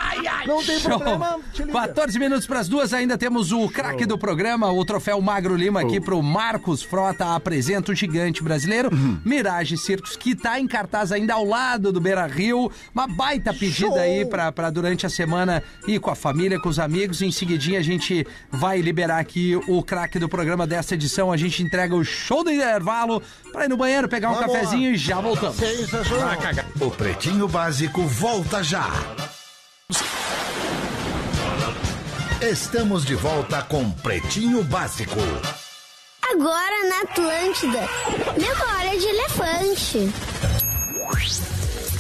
Speaker 8: Não tem
Speaker 4: Show.
Speaker 8: problema, te liga.
Speaker 4: 14 minutos para as duas, ainda temos o craque do programa, o troféu Magro Lima aqui pro Marcos Frota, apresenta o gigante brasileiro, Mirage Circos, que tá em cartaz ainda ao lado do Beira Rio. Uma baita pedida
Speaker 8: Show.
Speaker 4: aí para durante a semana ir com a família, com os amigos. Em seguidinha a gente vai liberar aqui o craque do programa desta edição. A gente entrega o show do intervalo para ir no banheiro, pegar um
Speaker 8: Vamos lá.
Speaker 4: cafezinho e já voltamos.
Speaker 8: Sensacional.
Speaker 11: O Pretinho Básico volta já. Estamos de volta com Pretinho Básico.
Speaker 12: Agora na Atlântida. Memória de elefante.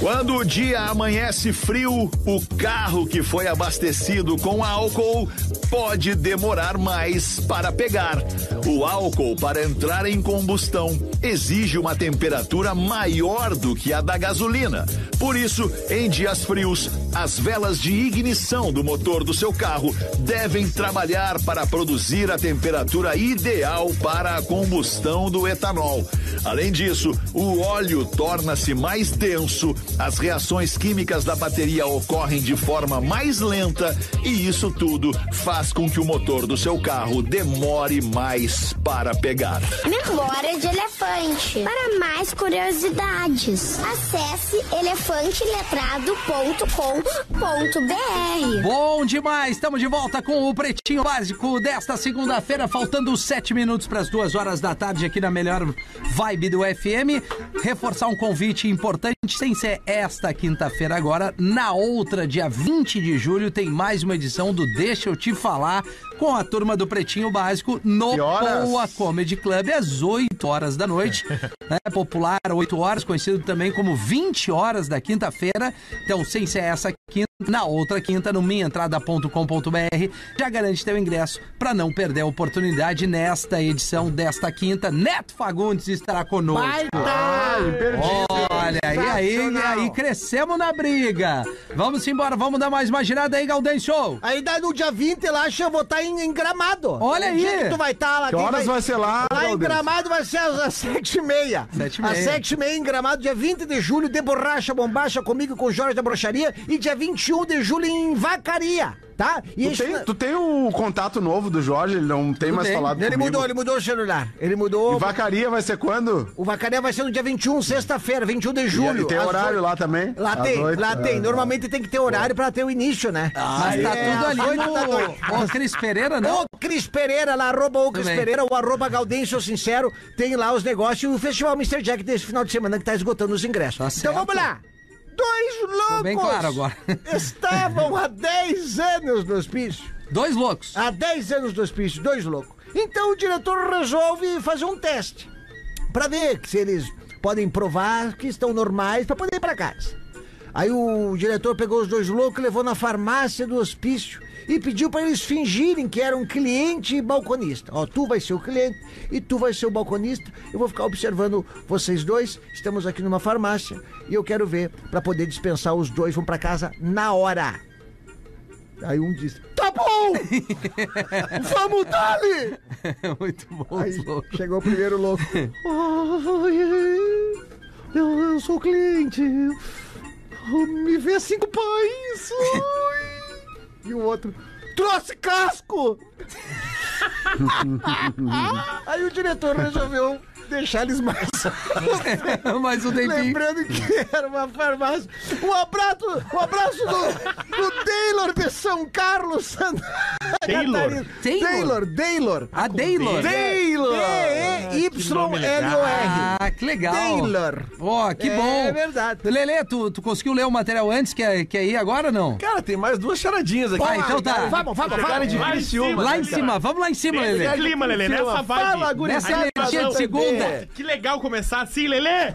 Speaker 5: Quando o dia amanhece frio, o carro que foi abastecido com álcool pode demorar mais para pegar. O álcool, para entrar em combustão, exige uma temperatura maior do que a da gasolina. Por isso, em dias frios, as velas de ignição do motor do seu carro devem trabalhar para produzir a temperatura ideal para a combustão do etanol. Além disso, o óleo torna-se mais denso, as reações químicas da bateria ocorrem de forma mais lenta e isso tudo faz com que o motor do seu carro demore mais para pegar.
Speaker 12: Memória de elefante. Para mais curiosidades, acesse elefanteletrado.com.br.
Speaker 4: Bom demais, estamos de volta com o Pretinho Básico desta segunda-feira, faltando sete minutos para as duas horas da tarde aqui na melhor vibe do FM. Reforçar um convite importante, sem ser esta quinta-feira agora, na outra, dia 20 de julho, tem mais uma edição do Deixa Eu Te Falar com a turma do Pretinho Básico no
Speaker 10: Que horas?
Speaker 4: Poa Comedy Club às 8 horas da noite. né? Popular, 8 horas, conhecido também como 20 horas da quinta-feira. Então, sem ser essa quinta, na outra quinta, no minhaentrada.com.br, já garante teu ingresso para não perder a oportunidade nesta edição desta quinta. Neto Fagundes estará conosco.
Speaker 8: Tá.
Speaker 4: Olha, e aí, e aí crescemos na briga. Vamos embora, vamos dar mais uma girada aí, Gaudencio.
Speaker 8: Aí daí no dia 20 lá, eu vou estar em, em Gramado.
Speaker 4: Olha
Speaker 8: Que dia
Speaker 4: aí.
Speaker 8: que tu vai estar lá.
Speaker 10: Que
Speaker 8: quem
Speaker 10: horas vai ser lá,
Speaker 8: Lá em
Speaker 10: Galdêncio?
Speaker 8: Gramado vai ser às às 7h30.
Speaker 4: Sete e
Speaker 8: Às
Speaker 4: meia.
Speaker 8: 7h30 em Gramado, dia 20 de julho, de borracha, bombacha, comigo e com o Jorge da Brocharia. E dia 21 de julho em Vacaria, tá? E
Speaker 10: Tu
Speaker 8: isso-
Speaker 10: tem, tu tem o contato novo do Jorge, ele não tem mais
Speaker 4: tem.
Speaker 10: falado
Speaker 8: Ele
Speaker 10: comigo.
Speaker 8: mudou, ele mudou o celular. Ele mudou.
Speaker 10: E vacaria vai ser quando?
Speaker 8: O Vacaria vai ser no dia 21, sexta-feira, 21 de julho.
Speaker 10: e tem
Speaker 8: às
Speaker 10: horário
Speaker 8: oito-
Speaker 10: lá também?
Speaker 8: Lá
Speaker 10: Às
Speaker 8: tem,
Speaker 10: oito?
Speaker 8: lá tem.
Speaker 10: Ah.
Speaker 8: Normalmente tem que ter horário pra ter o início, né?
Speaker 4: Mas tá
Speaker 8: é,
Speaker 4: tudo
Speaker 8: às
Speaker 4: ali
Speaker 8: oito da noite.
Speaker 4: no... Ô, Cris Pereira, não?
Speaker 8: O Cris Pereira, lá, arroba o
Speaker 4: Tudo
Speaker 8: Cris
Speaker 4: bem.
Speaker 8: Pereira, o arroba Gaudêncio Sincero, tem lá os negócios e o Festival Mr. Jack desse final de semana que tá esgotando os ingressos.
Speaker 4: Tá
Speaker 8: então
Speaker 4: certo.
Speaker 8: vamos lá! Dois loucos
Speaker 4: bem claro agora.
Speaker 8: estavam há 10 anos no hospício.
Speaker 4: Dois loucos.
Speaker 8: Há 10 anos do hospício, dois loucos. Então o diretor resolve fazer um teste Pra ver se eles podem provar que estão normais pra poder ir pra casa. Aí o diretor pegou os dois loucos, levou na farmácia do hospício e pediu pra eles fingirem que eram cliente e balconista. Ó, tu vai ser o cliente e tu vai ser o balconista. Eu vou ficar observando vocês dois. Estamos aqui numa farmácia e eu quero ver pra poder dispensar os dois vão pra casa na hora. Aí um disse: "Tá bom! Vamos dali!
Speaker 4: Muito bom, louco.
Speaker 9: Chegou o primeiro louco.
Speaker 8: eu, eu sou cliente. Me vê cinco pães. Ui. E o outro. Trouxe casco! Aí o diretor resolveu deixar eles mais.
Speaker 4: Mais um tempinho.
Speaker 8: Lembrando que era uma farmácia. Um abraço, um abraço do, do Taylor de São Carlos, Santa tá
Speaker 7: Taylor.
Speaker 8: Taylor, Taylor.
Speaker 4: A Daylor.
Speaker 8: Taylor! D-E-Y-L-O-R.
Speaker 4: Ah, que É, legal.
Speaker 8: Taylor.
Speaker 4: Ó, que
Speaker 8: É
Speaker 4: bom.
Speaker 8: verdade.
Speaker 4: Lelê, tu, tu conseguiu ler o material antes que, que aí agora ou não?
Speaker 6: Cara, tem mais duas charadinhas aqui.
Speaker 4: Ah, então tá.
Speaker 8: Vamos, vamos,
Speaker 6: Chegaram de
Speaker 8: vamos.
Speaker 7: Lá em
Speaker 6: Criciúma.
Speaker 7: cima.
Speaker 4: Lá em cima, vamos lá em cima,
Speaker 7: Nesse
Speaker 4: Lelê.
Speaker 7: clima, Lelê, nessa vibe.
Speaker 6: Fala, gurizada.
Speaker 4: Nessa energia de segunda.
Speaker 7: Que legal começar assim, Lelê!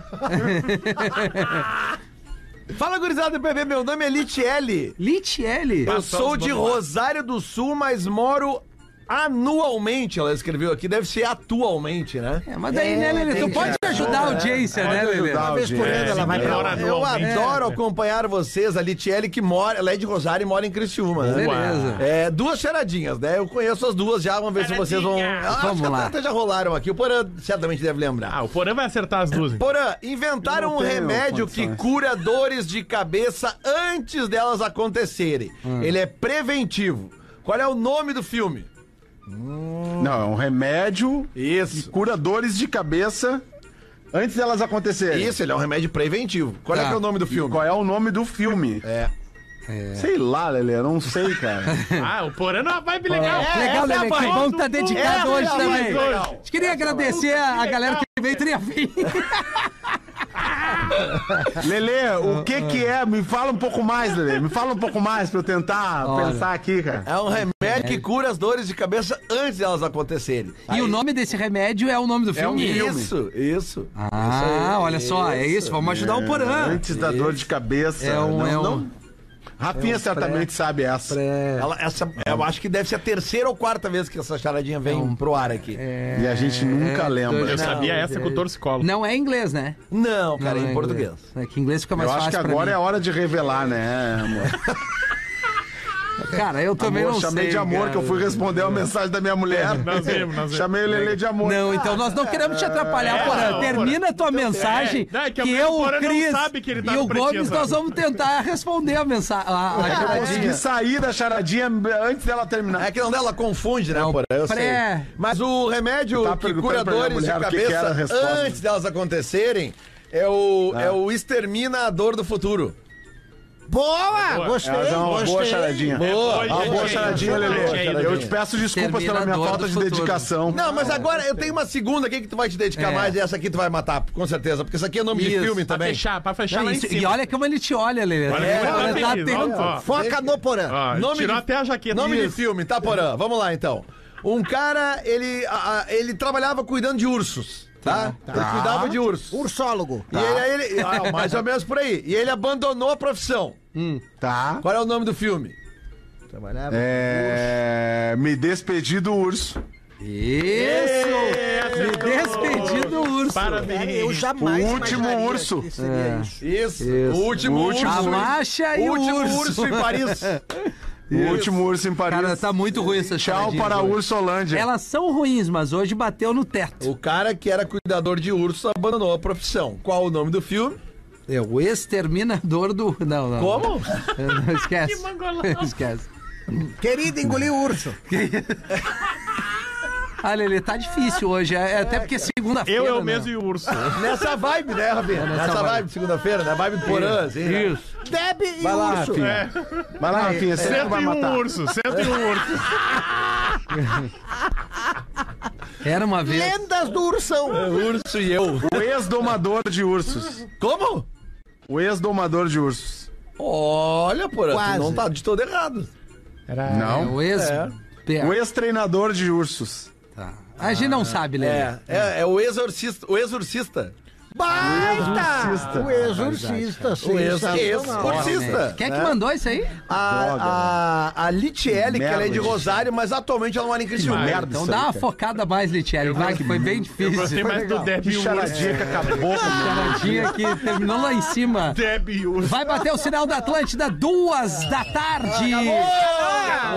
Speaker 6: Fala, gurizada do PB. Meu nome é Litiele.
Speaker 4: Litiele.
Speaker 6: Eu sou de Rosário do Sul, mas moro anualmente, ela escreveu aqui. Deve ser atualmente, né?
Speaker 4: É, mas daí, né, Lelê? Tu pode ajudar a audiência, né, Lelê?
Speaker 5: ajudar.
Speaker 8: Uma vez por ano ela vai pra
Speaker 7: melhora
Speaker 8: lá.
Speaker 6: Eu
Speaker 7: anualmente.
Speaker 6: adoro acompanhar vocês, a Litiele que mora, ela é de Rosário e mora em Criciúma, né?
Speaker 4: Beleza.
Speaker 6: É, duas charadinhas, né? Eu conheço as duas já, vamos ver se vocês vão.
Speaker 7: Charadinha.
Speaker 6: Eu acho
Speaker 4: Vamos
Speaker 6: que
Speaker 4: lá.
Speaker 6: até já rolaram aqui, o Porã certamente deve lembrar.
Speaker 7: Ah, o Porã vai acertar as duas. então. hein?
Speaker 6: Porã, inventaram um
Speaker 5: Eu não tenho
Speaker 6: remédio que
Speaker 5: condições.
Speaker 6: cura dores de cabeça antes delas acontecerem. Ele é preventivo. Qual é o nome do filme?
Speaker 5: Não, é um remédio que
Speaker 6: Isso.
Speaker 5: cura dores de cabeça antes delas acontecerem.
Speaker 6: Isso, ele é um remédio preventivo. Qual é,
Speaker 4: Tá.
Speaker 6: que é o nome do filme?
Speaker 5: Qual é o nome do filme?
Speaker 6: É.
Speaker 5: Sei lá, Lelê, não sei, cara.
Speaker 7: Ah, o Porã não vai me legal.
Speaker 4: Legal,
Speaker 6: Essa é a
Speaker 4: Lelê, que
Speaker 6: vibe
Speaker 4: bom
Speaker 6: do-
Speaker 4: que tá dedicado
Speaker 6: Essa é
Speaker 4: hoje
Speaker 6: a vibe
Speaker 4: também.
Speaker 6: do legal.
Speaker 4: Gente, Queria agradecer a, a galera que veio teria vindo.
Speaker 5: Lelê, o que que é? Me fala um pouco mais, Lelê. Me fala um pouco mais pra eu tentar
Speaker 4: Olha.
Speaker 5: pensar aqui, cara.
Speaker 6: É um remédio que cura as dores de cabeça antes delas acontecerem.
Speaker 4: E o nome desse remédio é o nome do é um
Speaker 6: um
Speaker 4: filme?
Speaker 6: Isso, isso.
Speaker 4: Ah, olha só, é isso. Vamos ajudar o Porã.
Speaker 5: Antes da dor de cabeça.
Speaker 4: É um-
Speaker 5: não,
Speaker 4: é um-
Speaker 5: não- Rafinha certamente sabe essa.
Speaker 6: Ela- essa, eu acho que deve ser a terceira ou quarta vez que essa charadinha vem pro ar aqui.
Speaker 5: E a gente nunca lembra.
Speaker 7: Eu
Speaker 4: Não,
Speaker 7: sabia essa com o torcicolo.
Speaker 4: Não é em inglês, né?
Speaker 6: Não,
Speaker 4: Não
Speaker 6: cara, é
Speaker 4: é
Speaker 6: em português.
Speaker 4: É que em inglês fica mais
Speaker 5: Eu acho
Speaker 4: fácil
Speaker 5: que
Speaker 4: pra
Speaker 5: agora é
Speaker 4: mim.
Speaker 5: a hora de revelar, né, amor?
Speaker 4: Cara, eu também
Speaker 5: amor
Speaker 4: não
Speaker 5: chamei
Speaker 4: sei,
Speaker 5: de amor
Speaker 4: cara.
Speaker 5: que eu fui responder uma mensagem da minha mulher.
Speaker 7: Nós vimos, nós vimos.
Speaker 5: Chamei o Lelê de amor.
Speaker 4: Não, então nós não queremos te atrapalhar,
Speaker 7: É,
Speaker 4: Porã.
Speaker 7: não,
Speaker 4: Termina a tua mensagem
Speaker 7: é. Não, é
Speaker 4: que,
Speaker 7: que a mãe do
Speaker 4: eu, o
Speaker 7: Porã não
Speaker 4: Cris
Speaker 7: sabe que ele tá É,
Speaker 4: e
Speaker 7: no
Speaker 4: o
Speaker 7: pretinho,
Speaker 4: Gomes
Speaker 7: sabe?
Speaker 4: nós vamos tentar responder a mensagem.
Speaker 5: Eu
Speaker 4: A, a,
Speaker 5: consegui sair da charadinha antes dela terminar.
Speaker 6: É que não dela confunde, né,
Speaker 4: É um
Speaker 6: Porã? Eu
Speaker 4: pré-
Speaker 6: sei. Mas o remédio
Speaker 5: Tá
Speaker 6: que
Speaker 5: perguntando
Speaker 6: cura
Speaker 5: pra minha
Speaker 6: dores de
Speaker 5: mulher o que que
Speaker 6: cabeça
Speaker 5: era a resposta. Ah.
Speaker 6: antes delas acontecerem é o, é o exterminador do futuro.
Speaker 8: Boa! Gostei,
Speaker 5: Ela dá é uma boa
Speaker 8: gostei.
Speaker 5: charadinha. É
Speaker 6: Boa,
Speaker 5: Uma boa charadinha, Lelê. Eu te peço desculpas pela minha
Speaker 4: Terminador
Speaker 5: falta
Speaker 4: do
Speaker 5: de
Speaker 4: futuro.
Speaker 5: dedicação.
Speaker 6: Não, mas agora eu tenho uma segunda aqui que tu vai te dedicar
Speaker 4: É.
Speaker 6: mais e essa aqui tu vai matar, com certeza, porque isso aqui é nome de
Speaker 4: Isso.
Speaker 6: filme
Speaker 5: Tá
Speaker 7: Pra
Speaker 6: também.
Speaker 7: fechar, pra fechar
Speaker 4: Não,
Speaker 7: lá em
Speaker 4: isso-
Speaker 7: cima.
Speaker 4: e olha como ele te olha, Lelê.
Speaker 7: Olha
Speaker 4: É,
Speaker 7: como ele tá
Speaker 4: ele
Speaker 7: feliz,
Speaker 4: atento.
Speaker 7: ó, ó.
Speaker 8: Foca no porã.
Speaker 7: Ó,
Speaker 6: Nome
Speaker 7: tirou
Speaker 6: de-
Speaker 7: Ah, até a jaqueta.
Speaker 6: Nome de
Speaker 7: Isso.
Speaker 6: filme, tá, Porã? Vamos lá, então. Um cara, ele, a- a- ele trabalhava cuidando de ursos, tá? Ele cuidava de ursos.
Speaker 8: Ursólogo.
Speaker 6: E ele, aí ele- ah, mais ou menos por aí. E ele abandonou a profissão.
Speaker 5: Tá?
Speaker 6: Qual é o nome do filme?
Speaker 5: É... Me despedi do urso.
Speaker 4: Isso! Me despedi do urso.
Speaker 8: Cara,
Speaker 7: Parabéns.
Speaker 8: É, eu jamais
Speaker 5: O último
Speaker 8: imaginaria
Speaker 5: urso.
Speaker 8: que seria
Speaker 6: Isso.
Speaker 8: isso.
Speaker 6: O último
Speaker 5: O
Speaker 6: urso.
Speaker 5: último
Speaker 4: A
Speaker 5: urso.
Speaker 4: marcha e
Speaker 6: o
Speaker 4: o
Speaker 6: último
Speaker 4: urso.
Speaker 6: urso. em Paris.
Speaker 5: O último urso em Paris.
Speaker 4: Cara, tá muito ruim essa
Speaker 5: Tchau
Speaker 4: charadinha
Speaker 5: para
Speaker 4: hoje.
Speaker 5: Urso Holândia.
Speaker 4: Elas são ruins, mas hoje bateu no teto.
Speaker 6: o cara que era cuidador de urso abandonou a profissão. Qual o nome do filme?
Speaker 4: É o exterminador do. Não, não.
Speaker 6: Como?
Speaker 4: Não, não, esquece. esquece.
Speaker 8: Querido, engoliu o urso.
Speaker 4: Ah, Lelê, tá difícil hoje. É, é até porque segunda-feira.
Speaker 7: Eu, eu
Speaker 4: né?
Speaker 7: mesmo e o urso.
Speaker 6: Nessa vibe, né, Rabinho? nessa, vibe, de segunda-feira, né? Vibe do Porã, assim. né?
Speaker 4: Isso.
Speaker 8: Debe e
Speaker 5: Vai lá,
Speaker 8: urso.
Speaker 5: Rafinha. Vai lá, Rafinha. Você
Speaker 4: é
Speaker 7: é.
Speaker 5: que vai
Speaker 7: 101
Speaker 5: matar.
Speaker 7: urso, 101 urso.
Speaker 4: Era uma vez.
Speaker 8: Lendas do ursão.
Speaker 6: Urso e eu.
Speaker 5: O ex-domador de ursos.
Speaker 6: Como?
Speaker 5: O ex-domador de ursos.
Speaker 6: Olha, Porã,
Speaker 8: Quase.
Speaker 6: tu não tá de todo errado.
Speaker 4: É
Speaker 5: Não.
Speaker 4: o ex. Pe-
Speaker 5: O ex-treinador de ursos.
Speaker 4: Tá. A gente não sabe, Lelê.
Speaker 6: É, é, é o exorcista. O exorcista.
Speaker 8: Baita! O exorcista,
Speaker 6: O ex-
Speaker 8: sensacional.
Speaker 6: exorcista.
Speaker 4: Quem é que mandou isso aí?
Speaker 6: ah,
Speaker 5: né?
Speaker 6: A, a, a Litiele, que ela é de
Speaker 5: Merda,
Speaker 6: Rosário, mas atualmente ela mora em Criciúma.
Speaker 5: merda.
Speaker 4: Então
Speaker 5: isso
Speaker 4: dá
Speaker 5: aí,
Speaker 4: uma
Speaker 5: cara.
Speaker 4: focada mais, Litieri. Vai, que foi bem difícil.
Speaker 7: Gostei mais do Deb
Speaker 5: Que
Speaker 7: e o urso.
Speaker 5: charadinha que acabou comigo.
Speaker 4: Charadinha que terminou lá em cima.
Speaker 7: Deb e urso.
Speaker 4: Vai bater o sinal da Atlântida, duas da tarde.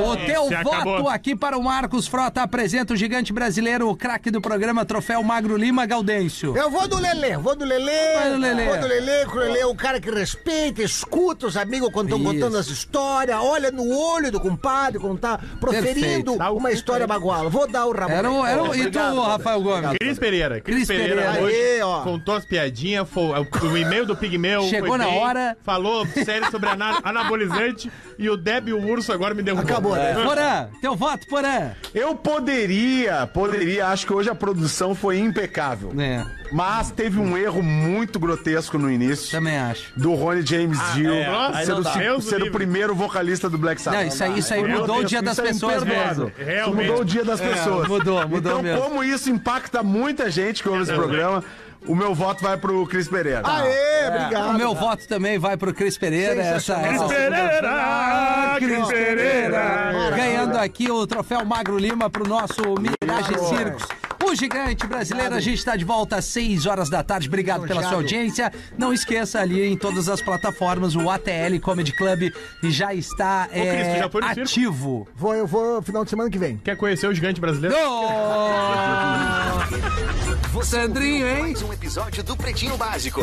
Speaker 4: O teu
Speaker 7: Esse
Speaker 4: voto
Speaker 7: acabou.
Speaker 4: aqui para o Marcos Frota apresenta o gigante brasileiro, o craque do programa Troféu Magro Lima Gaudêncio.
Speaker 8: Eu vou do Lelê, vou do Lelê.
Speaker 4: Vai do Lelê.
Speaker 8: Vou do Lelê, que o Lelê é o cara que respeita, escuta os amigos quando estão
Speaker 4: Isso.
Speaker 8: contando as histórias, olha no olho do compadre quando tá proferindo
Speaker 4: Perfeito.
Speaker 13: Dá o
Speaker 8: uma
Speaker 13: cu
Speaker 8: história
Speaker 13: pra ele.
Speaker 8: baguala. Vou dar o Ramon.
Speaker 4: Era o, era um- o, e tu,
Speaker 8: Obrigado,
Speaker 4: Rafael Gomes?
Speaker 7: Cris Pereira. Cris,
Speaker 4: Cris
Speaker 7: Pereira,
Speaker 4: Pereira.
Speaker 7: hoje
Speaker 8: Aê, ó.
Speaker 7: contou as piadinhas, foi, é, o e-mail do Pigmeu.
Speaker 4: Chegou
Speaker 7: foi
Speaker 4: na
Speaker 7: bem,
Speaker 4: hora.
Speaker 7: Falou sério sobre ana- anabolizante e o Deb e o Urso agora me derrubou. Acabou,
Speaker 4: Porã, teu voto, Porã.
Speaker 5: Eu poderia, poderia, acho que hoje a produção foi impecável.
Speaker 4: É,
Speaker 5: Mas teve um erro muito grotesco no início.
Speaker 4: também acho.
Speaker 5: Do Ronnie James Dio
Speaker 7: é. Nossa,
Speaker 5: ser, o,
Speaker 7: não dá.
Speaker 5: se-
Speaker 7: Deus
Speaker 5: ser
Speaker 7: do
Speaker 5: o
Speaker 7: livre.
Speaker 5: primeiro vocalista do Black
Speaker 4: Não,
Speaker 5: Sabbath.
Speaker 4: isso aí, isso aí
Speaker 5: Meu
Speaker 4: mudou o
Speaker 5: Deus,
Speaker 4: dia das
Speaker 5: isso é
Speaker 4: pessoas
Speaker 5: imperdoável.
Speaker 4: mesmo. É,
Speaker 5: Isso
Speaker 7: Realmente.
Speaker 5: mudou o dia das pessoas.
Speaker 4: mudou, mudou
Speaker 5: então,
Speaker 4: mesmo.
Speaker 5: como isso impacta muita gente que ouve esse programa, o meu voto vai pro Cris Pereira.
Speaker 4: Tá.
Speaker 5: Ah,
Speaker 8: Aê,
Speaker 4: O
Speaker 8: É, obrigado.
Speaker 4: É, meu voto também vai pro Cris Pereira. Essa, essa
Speaker 7: Pereira! Cris Pereira!
Speaker 4: Ganhando aqui o troféu Magro Lima pro nosso Mirage Circos. O gigante brasileiro, a gente está de volta às 6 horas da tarde. Obrigado pela sua audiência. Não esqueça ali em todas as plataformas, o ATL Comedy Club já está é,
Speaker 7: Cris, tu já foi no circo?
Speaker 4: ativo.
Speaker 8: Vou, eu vou final de semana que vem.
Speaker 7: Quer conhecer o gigante brasileiro?
Speaker 4: Oh! Sandrinho, hein?
Speaker 14: Mais um episódio do Pretinho Básico.